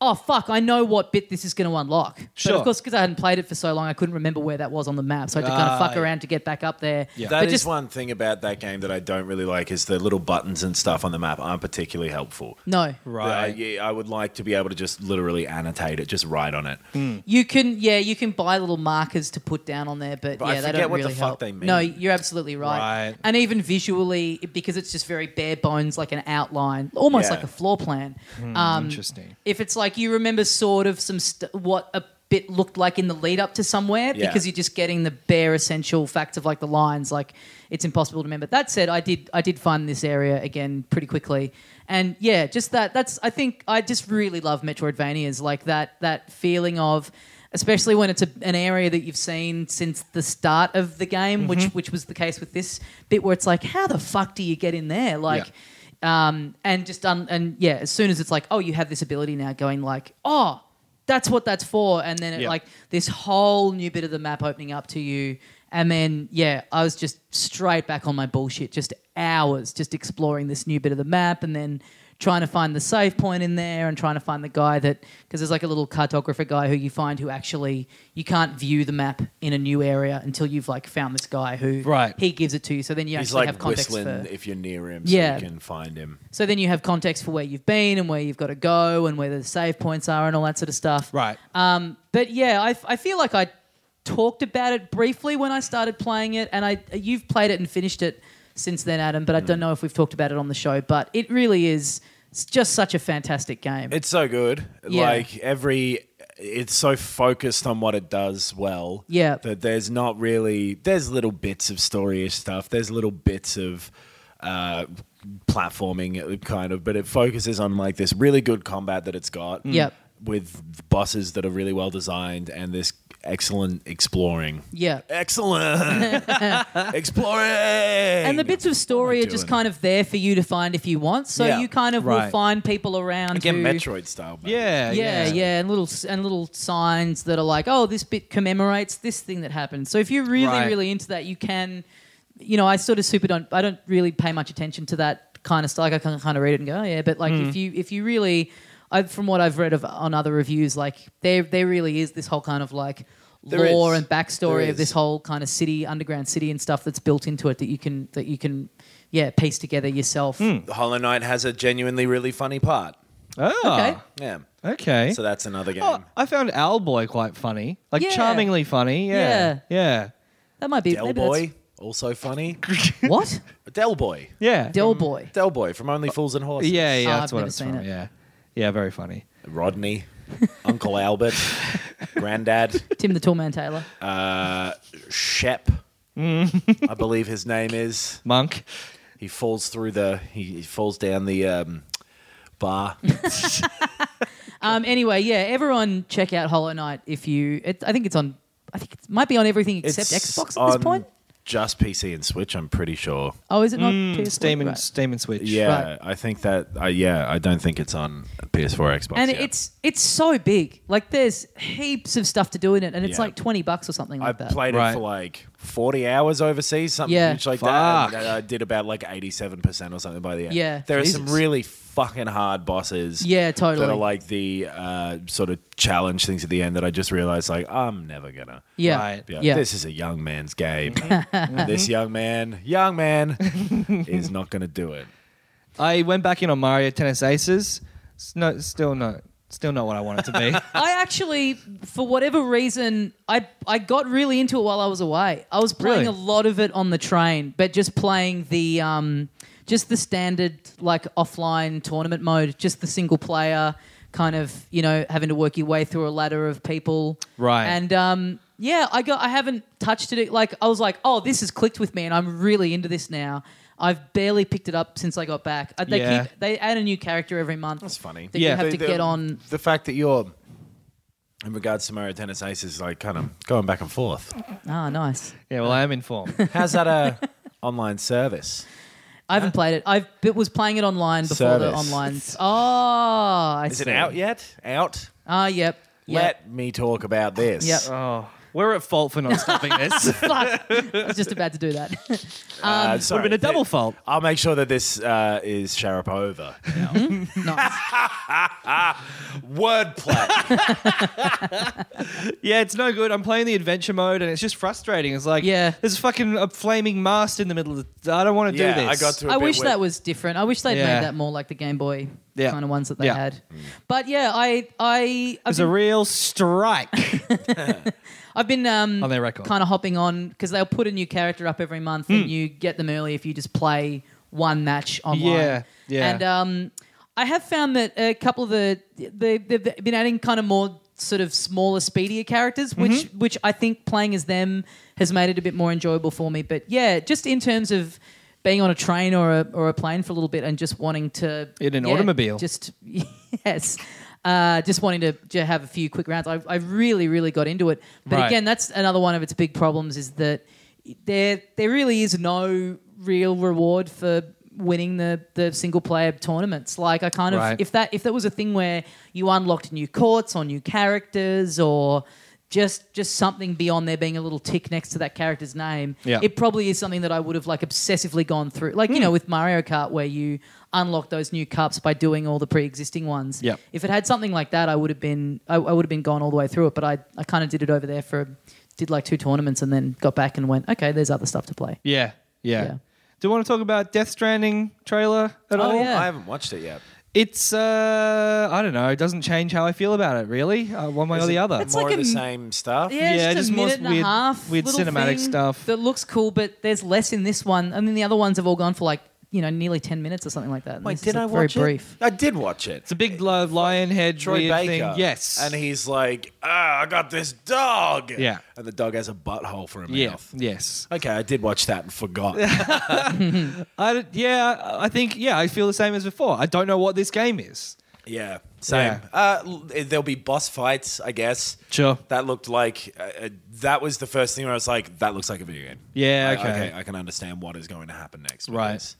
C: oh fuck, I know what bit this is going to unlock. But
D: Sure.
C: of course, because I hadn't played it for so long, I couldn't remember where that was on the map, so I had to kind of fuck
D: Ah.
C: around to get back up there.
E: That is
C: but just
E: one thing about that game that I don't really like is the little buttons and stuff on the map aren't particularly helpful.
C: no.
E: I, yeah, I would like to be able to just literally annotate it, just write on it.
C: You can, yeah, you can buy little markers to put down on there, but,
E: But I
C: yeah, they
E: forget
C: don't
E: what the
C: really
E: fuck
C: help.
E: they mean.
C: No, you're absolutely right.
D: Right.
C: And even visually, because it's just very bare bones, like an outline, almost
E: Yeah. Hmm,
C: like a floor plan. um,
D: Interesting.
C: If it's like you remember sort of some st- what a bit looked like in the lead up to somewhere,
E: Yeah.
C: because you're just getting the bare essential facts of like the lines, like it's impossible to remember. That said, I did I did find this area again pretty quickly, and yeah, just that. That's I think I just really love Metroidvanias, like that that feeling of. Especially when it's a, an area that you've seen since the start of the game, which which was the case with this bit, where it's like, how the fuck do you get in there? Like,
D: Yeah.
C: um, and just done and yeah as soon as it's like oh you have this ability now going like oh that's what that's for and then it
D: Yeah.
C: like this whole new bit of the map opening up to you and then yeah i was just straight back on my bullshit just hours just exploring this new bit of the map and then trying to find the save point in there and trying to find the guy that because there's like a little cartographer guy who you find who actually you can't view the map in a new area until you've like found this guy who
D: Right.
C: he gives it to you so then you
E: He's
C: actually
E: like
C: have context
E: whistling
C: for
E: if you're near him
C: Yeah.
E: so you can find him.
C: so then you have context for where you've been and where you've got to go and where the save points are and all that sort of stuff.
D: Right.
C: Um, but yeah, I, I feel like I talked about it briefly when I started playing it, and I you've played it and finished it since then, Adam. But I
E: Mm.
C: don't know if we've talked about it on the show. But it really is it's just such a fantastic game.
E: It's so good.
C: Yeah.
E: Like every it's so focused on what it does well.
C: Yeah.
E: That there's not really there's little bits of storyish stuff. There's little bits of uh platforming kind of, but it focuses on like this really good combat that it's got.
C: Mm. Yep.
E: With bosses that are really well designed and this excellent exploring.
C: yeah.
E: Excellent. exploring.
C: And the bits of story are
E: What am I
C: just
E: doing?
C: kind of there for you to find if you want. So
E: Yeah.
C: you kind of will
D: Right.
C: find people around.
E: again
C: who-
E: Metroid style. man.
D: Yeah,
C: yeah, yeah, and little and little signs that are like, oh, this bit commemorates this thing that happened. So if you're really,
D: Right.
C: really into that, you can, you know, I sort of super don't, I don't really pay much attention to that kind of stuff. Like I can kind of read it and go, oh, yeah, but like
E: Hmm.
C: if you if you really, I, from what I've read of on other reviews, like there there really is this whole kind of like.
E: There
C: lore
E: is.
C: and backstory
E: There
C: of this
E: is.
C: whole kind of city, underground city, and stuff that's built into it that you can that you can, yeah, piece together yourself.
E: Hollow Knight has a genuinely really funny part.
D: Oh,
C: Okay.
E: Yeah.
D: Okay.
E: So that's another game.
D: Oh, I found Owlboy quite funny, like
C: Yeah.
D: charmingly funny. Yeah, yeah,
C: That might be
E: Del
C: maybe
E: Boy, also funny.
C: that's- What
E: Del Boy.
D: yeah, yeah,
C: Del Boy?
E: Del Boy from Only Fools and Horses.
D: yeah.
C: Oh, I've
D: that's what
C: never
D: it's
C: seen
D: from.
C: it.
D: Yeah, yeah, very funny.
E: Rodney, Uncle Albert, Grandad,
C: Tim the Toolman Taylor.
E: uh, Shep,
D: Mm.
E: I believe his name is.
D: Monk.
E: He falls through the, he, he falls down the um, bar.
C: Um, anyway, yeah, everyone check out Hollow Knight if you. It, I think it's on. I think it might be on everything except
E: It's
C: Xbox at
E: on
C: this point.
E: Just PC and Switch, I'm pretty sure.
C: Oh, is it not?
E: Mm,
C: PS4?
D: Steam and
C: Right.
D: Steam and Switch.
E: Yeah,
C: Right.
E: I think that. Uh, yeah, I don't think it's on PS4, Xbox.
C: And
E: yet.
C: it's it's so big. Like there's heaps of stuff to do in it, and it's
E: Yeah.
C: like twenty bucks or something
E: I
C: like that.
E: played
D: Right.
E: it for like 40 hours overseas, something
C: Yeah.
E: huge like that. and
D: Fuck.
E: I did about like 87% or something by the end.
C: Yeah.
E: There
D: Jesus.
E: are some really fucking hard bosses.
C: Yeah,
E: That
C: totally.
E: are like the uh, sort of challenge things at the end that I just realized, like, I'm never going to.
C: yeah,
D: Right.
E: Yeah,
C: yeah.
E: This is a young man's game. this young man, young man, is not going to do it.
D: I went back in on Mario Tennis Aces. S- No, still not, still not what I want it to be.
C: I actually, for whatever reason, I I got really into it while I was away. I was playing
D: Really?
C: a lot of it on the train, but just playing the um, just the standard like offline tournament mode, just the single player kind of you know having to work your way through a ladder of people,
D: Right.
C: And um, yeah, I got I haven't touched it. Like I was like, oh, this has clicked with me, and I'm really into this now. I've barely picked it up since I got back. Uh, They
D: Yeah.
C: keep, they add a new character every month. That's
E: funny.
C: That
D: Yeah.
C: you have
D: They-
C: to
E: The-
C: get on.
E: The fact that you're in regards to Mario Tennis Aces, like kind of going back and forth.
C: Ah, nice.
D: Yeah, well, I am informed.
E: How's that a online service?
C: I haven't played it. I was playing it online before the
E: Service.
C: online's. Oh, I
E: Is it out yet? Out?
C: Ah, yep. Yep.
E: Let me talk about this. Uh,
C: Yep.
D: oh, we're at fault for not stopping this.
C: Fuck. I was just about to do that.
E: Uh, sorry,
D: been a double
E: th-
D: fault.
E: I'll make sure that this uh, is Sharapova.
C: nice.
E: Wordplay.
D: yeah, it's no good. I'm playing the adventure mode and it's just frustrating. It's like,
C: Yeah.
D: there's fucking a flaming mast in the middle of the. I don't want to
E: yeah,
D: do
E: I
D: this.
E: got to. a
C: I
E: bit
C: wish
E: where-
C: that was different. I wish they'd
D: Yeah.
C: made that more like the Game Boy
D: Yeah.
C: kind of ones that they
D: Yeah.
C: had. But yeah, I I I've
D: There's a
C: been,
D: real strike.
C: I've been um
D: on their record. Hmm.
C: kind of hopping on because they'll put a new character up every month and you get them early if you just play one match online.
D: Yeah, yeah.
C: And um, I have found that a couple of the they, they've been adding kind of more sort of smaller, speedier characters, which
D: Mm-hmm.
C: which I think playing as them has made it a bit more enjoyable for me. But yeah, just in terms of being on a train or a, or a plane for a little bit and just wanting to
D: In an
C: yeah,
D: automobile.
C: just yes. Uh, just wanting to, to have a few quick rounds. I, I really, really got into it. But
D: Right.
C: again, that's another one of its big problems is that there there really is no real reward for winning the the single player tournaments. Like I kind of
D: Right.
C: if that if that was a thing where you unlocked new courts or new characters or just just something beyond there being a little tick next to that character's name.
D: Yeah.
C: It probably is something that I would have like obsessively gone through. Like, you
D: Hmm.
C: know, with Mario Kart where you unlock those new cups by doing all the pre-existing ones.
D: Yeah.
C: If it had something like that, I would have been I, I would have been gone all the way through it, but I I kind of did it over there for did like two tournaments and then got back and went, okay, there's other stuff to play.
D: yeah, yeah,
C: Yeah.
D: Do you want to talk about Death Stranding trailer at all?
C: Oh, yeah.
E: I haven't watched it yet.
D: It's uh, I don't know. It doesn't change how I feel about it really, uh, one way or the other.
E: It's more
C: like
E: of
C: a-
E: the same stuff.
C: Yeah,
D: Yeah,
C: just,
D: just
C: a
D: more
C: minute and
D: weird-
C: a half.
D: weird
C: little
D: cinematic
C: thing
D: stuff.
C: that looks cool, but there's less in this one. I mean, the other ones have all gone for like you know nearly ten minutes or something like that. and
E: Wait,
C: this is,
E: did I
C: like,
E: watch
C: very
E: it?
C: brief.
E: I did watch it.
D: It's a big lo- lion head
E: Troy
D: weird
E: Baker.
D: thing. Yes.
E: And he's like, ah, I got this dog.
D: Yeah.
E: And the dog has a butthole for a
D: yeah.
E: mouth.
D: Yes.
E: Okay, I did watch that and forgot.
D: I d- yeah, I think yeah, I feel the same as before. I don't know what this game is.
E: yeah, same.
D: Yeah.
E: Uh, l- there'll be boss fights, I guess.
D: Sure.
E: That looked like uh, uh, that was the first thing where I was like, that looks like a video game.
D: Yeah,
E: Like,
D: okay.
E: I can understand what is going to happen next. with
D: Right.
E: this.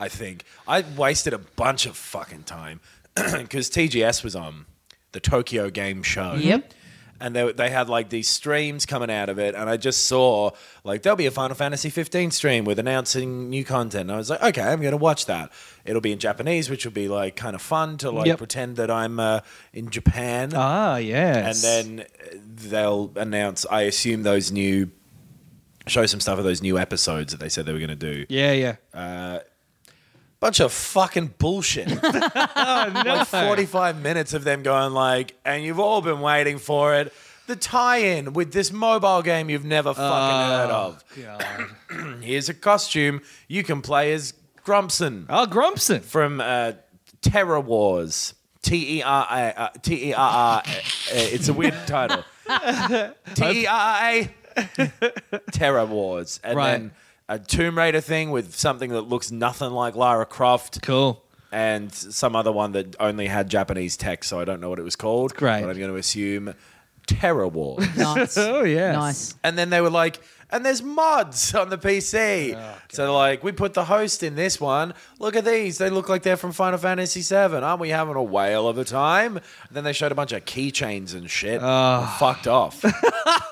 E: I think I wasted a bunch of fucking time because TGS was on the Tokyo Game Show.
C: Yep.
E: and they, they had like these streams coming out of it and i just saw like there'll be a final fantasy 15 stream with announcing new content and i was like okay i'm going to watch that it'll be in japanese which will be like kind of fun to like
D: Yep.
E: pretend that i'm uh, in japan
D: Ah,
E: and
D: yes.
E: then uh, they'll announce i assume those new show some stuff of those new episodes that they said they were going to do
D: yeah, yeah.
E: bunch of fucking bullshit. Like 45 minutes of them going like, and you've all been waiting for it. The tie-in with this mobile game you've never fucking heard of. Here's a costume you can play as Grumpson
D: oh, Grumpson.
E: from uh, Terror Wars. T E R A T E R R. It's a weird title. T E R A. Terror Wars, and
D: Right.
E: then a Tomb Raider thing with something that looks nothing like Lara Croft
D: Cool.
E: and some other one that only had Japanese text, so I don't know what it was called.
D: great.
E: But I'm going to assume Terror War.
C: Nice.
D: Oh, yes.
C: Nice.
E: and then they were like, and there's mods on the
D: Oh,
E: PC. so they're like, we put the host in this one. Look at these. They look like they're from Final Fantasy VII. Aren't we having a whale of a time? And then they showed a bunch of keychains and shit. and fucked off. and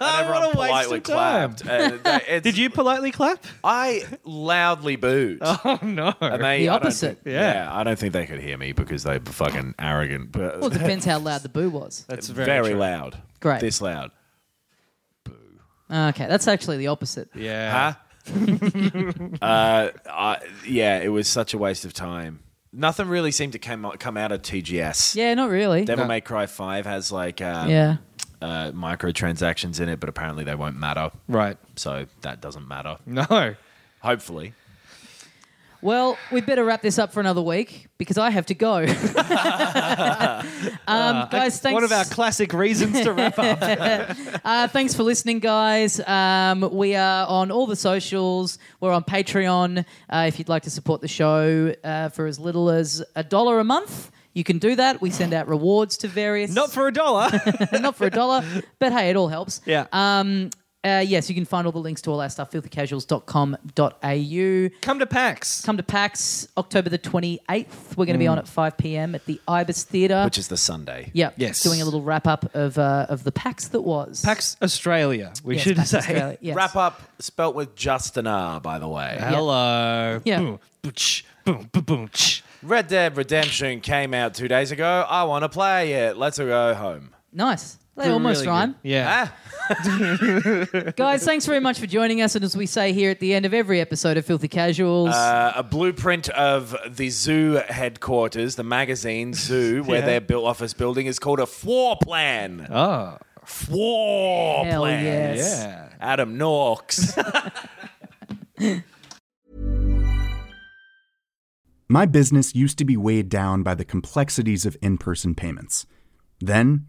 E: everyone
D: What a waste
E: politely
D: of time.
E: clapped. And they- it's-
D: Did you politely clap?
E: I loudly booed.
D: Oh no.
E: And they-
C: The
E: I don't
C: opposite.
E: think- yeah. I don't think they could hear me because they were fucking arrogant. But
C: Well, it depends how loud the boo was.
D: That's
E: very,
D: true.
E: loud.
C: Great.
E: This loud.
C: Okay, that's actually the opposite.
D: Yeah.
E: Uh, I, yeah, it was such a waste of time. Nothing really seemed to come come out of TGS.
C: Yeah, not really.
E: Devil May Cry Five has like uh,
C: yeah.
E: uh, microtransactions in it, but apparently they won't matter.
D: Right.
E: So that doesn't matter.
D: No.
E: Hopefully.
C: Well, we better wrap this up for another week because I have to go. um, guys, thanks.
D: Uh, One of our classic reasons to wrap up.
C: Uh, thanks for listening, guys. Um, we are on all the socials. We're on Patreon. Uh, if you'd like to support the show uh, for as little as a dollar a month, You can do that. We send out rewards to various.
D: Not for a dollar.
C: not for a dollar, but hey, it all helps.
D: yeah.
C: Um, uh, yes, you can find all the links to all our stuff, filthycasuals.com.au.
D: Come to PAX.
C: Come to PAX October the 28th. We're going to
D: Mm.
C: be on at 5 p.m. at the Ibis Theatre.
E: which is the Sunday.
C: yep.
D: Yes.
C: Doing a little wrap up of uh, of the PAX that was.
D: PAX Australia, we
C: Yes,
D: should
C: PAX
D: say.
C: Australia. Yes.
E: Wrap up, spelt with just an R, by the way.
D: Hello.
C: Yeah.
D: Boom, booch, boom, boom, boom, ch.
E: Red Dead Redemption came out two days ago. I want to play it. Let's go home.
C: Nice. They almost
D: Really
C: rhyme.
D: good. Yeah.
E: Ah,
C: Guys, thanks very much for joining us. And as we say here at the end of every episode of Filthy Casuals,
E: uh, a blueprint of the zoo headquarters, the magazine zoo, where their built office building is called a floor plan.
D: Oh.
E: Floor
C: Hell
E: plan.
C: yes.
D: Yeah.
E: Adam Norks.
G: My business used to be weighed down by the complexities of in person payments. Then,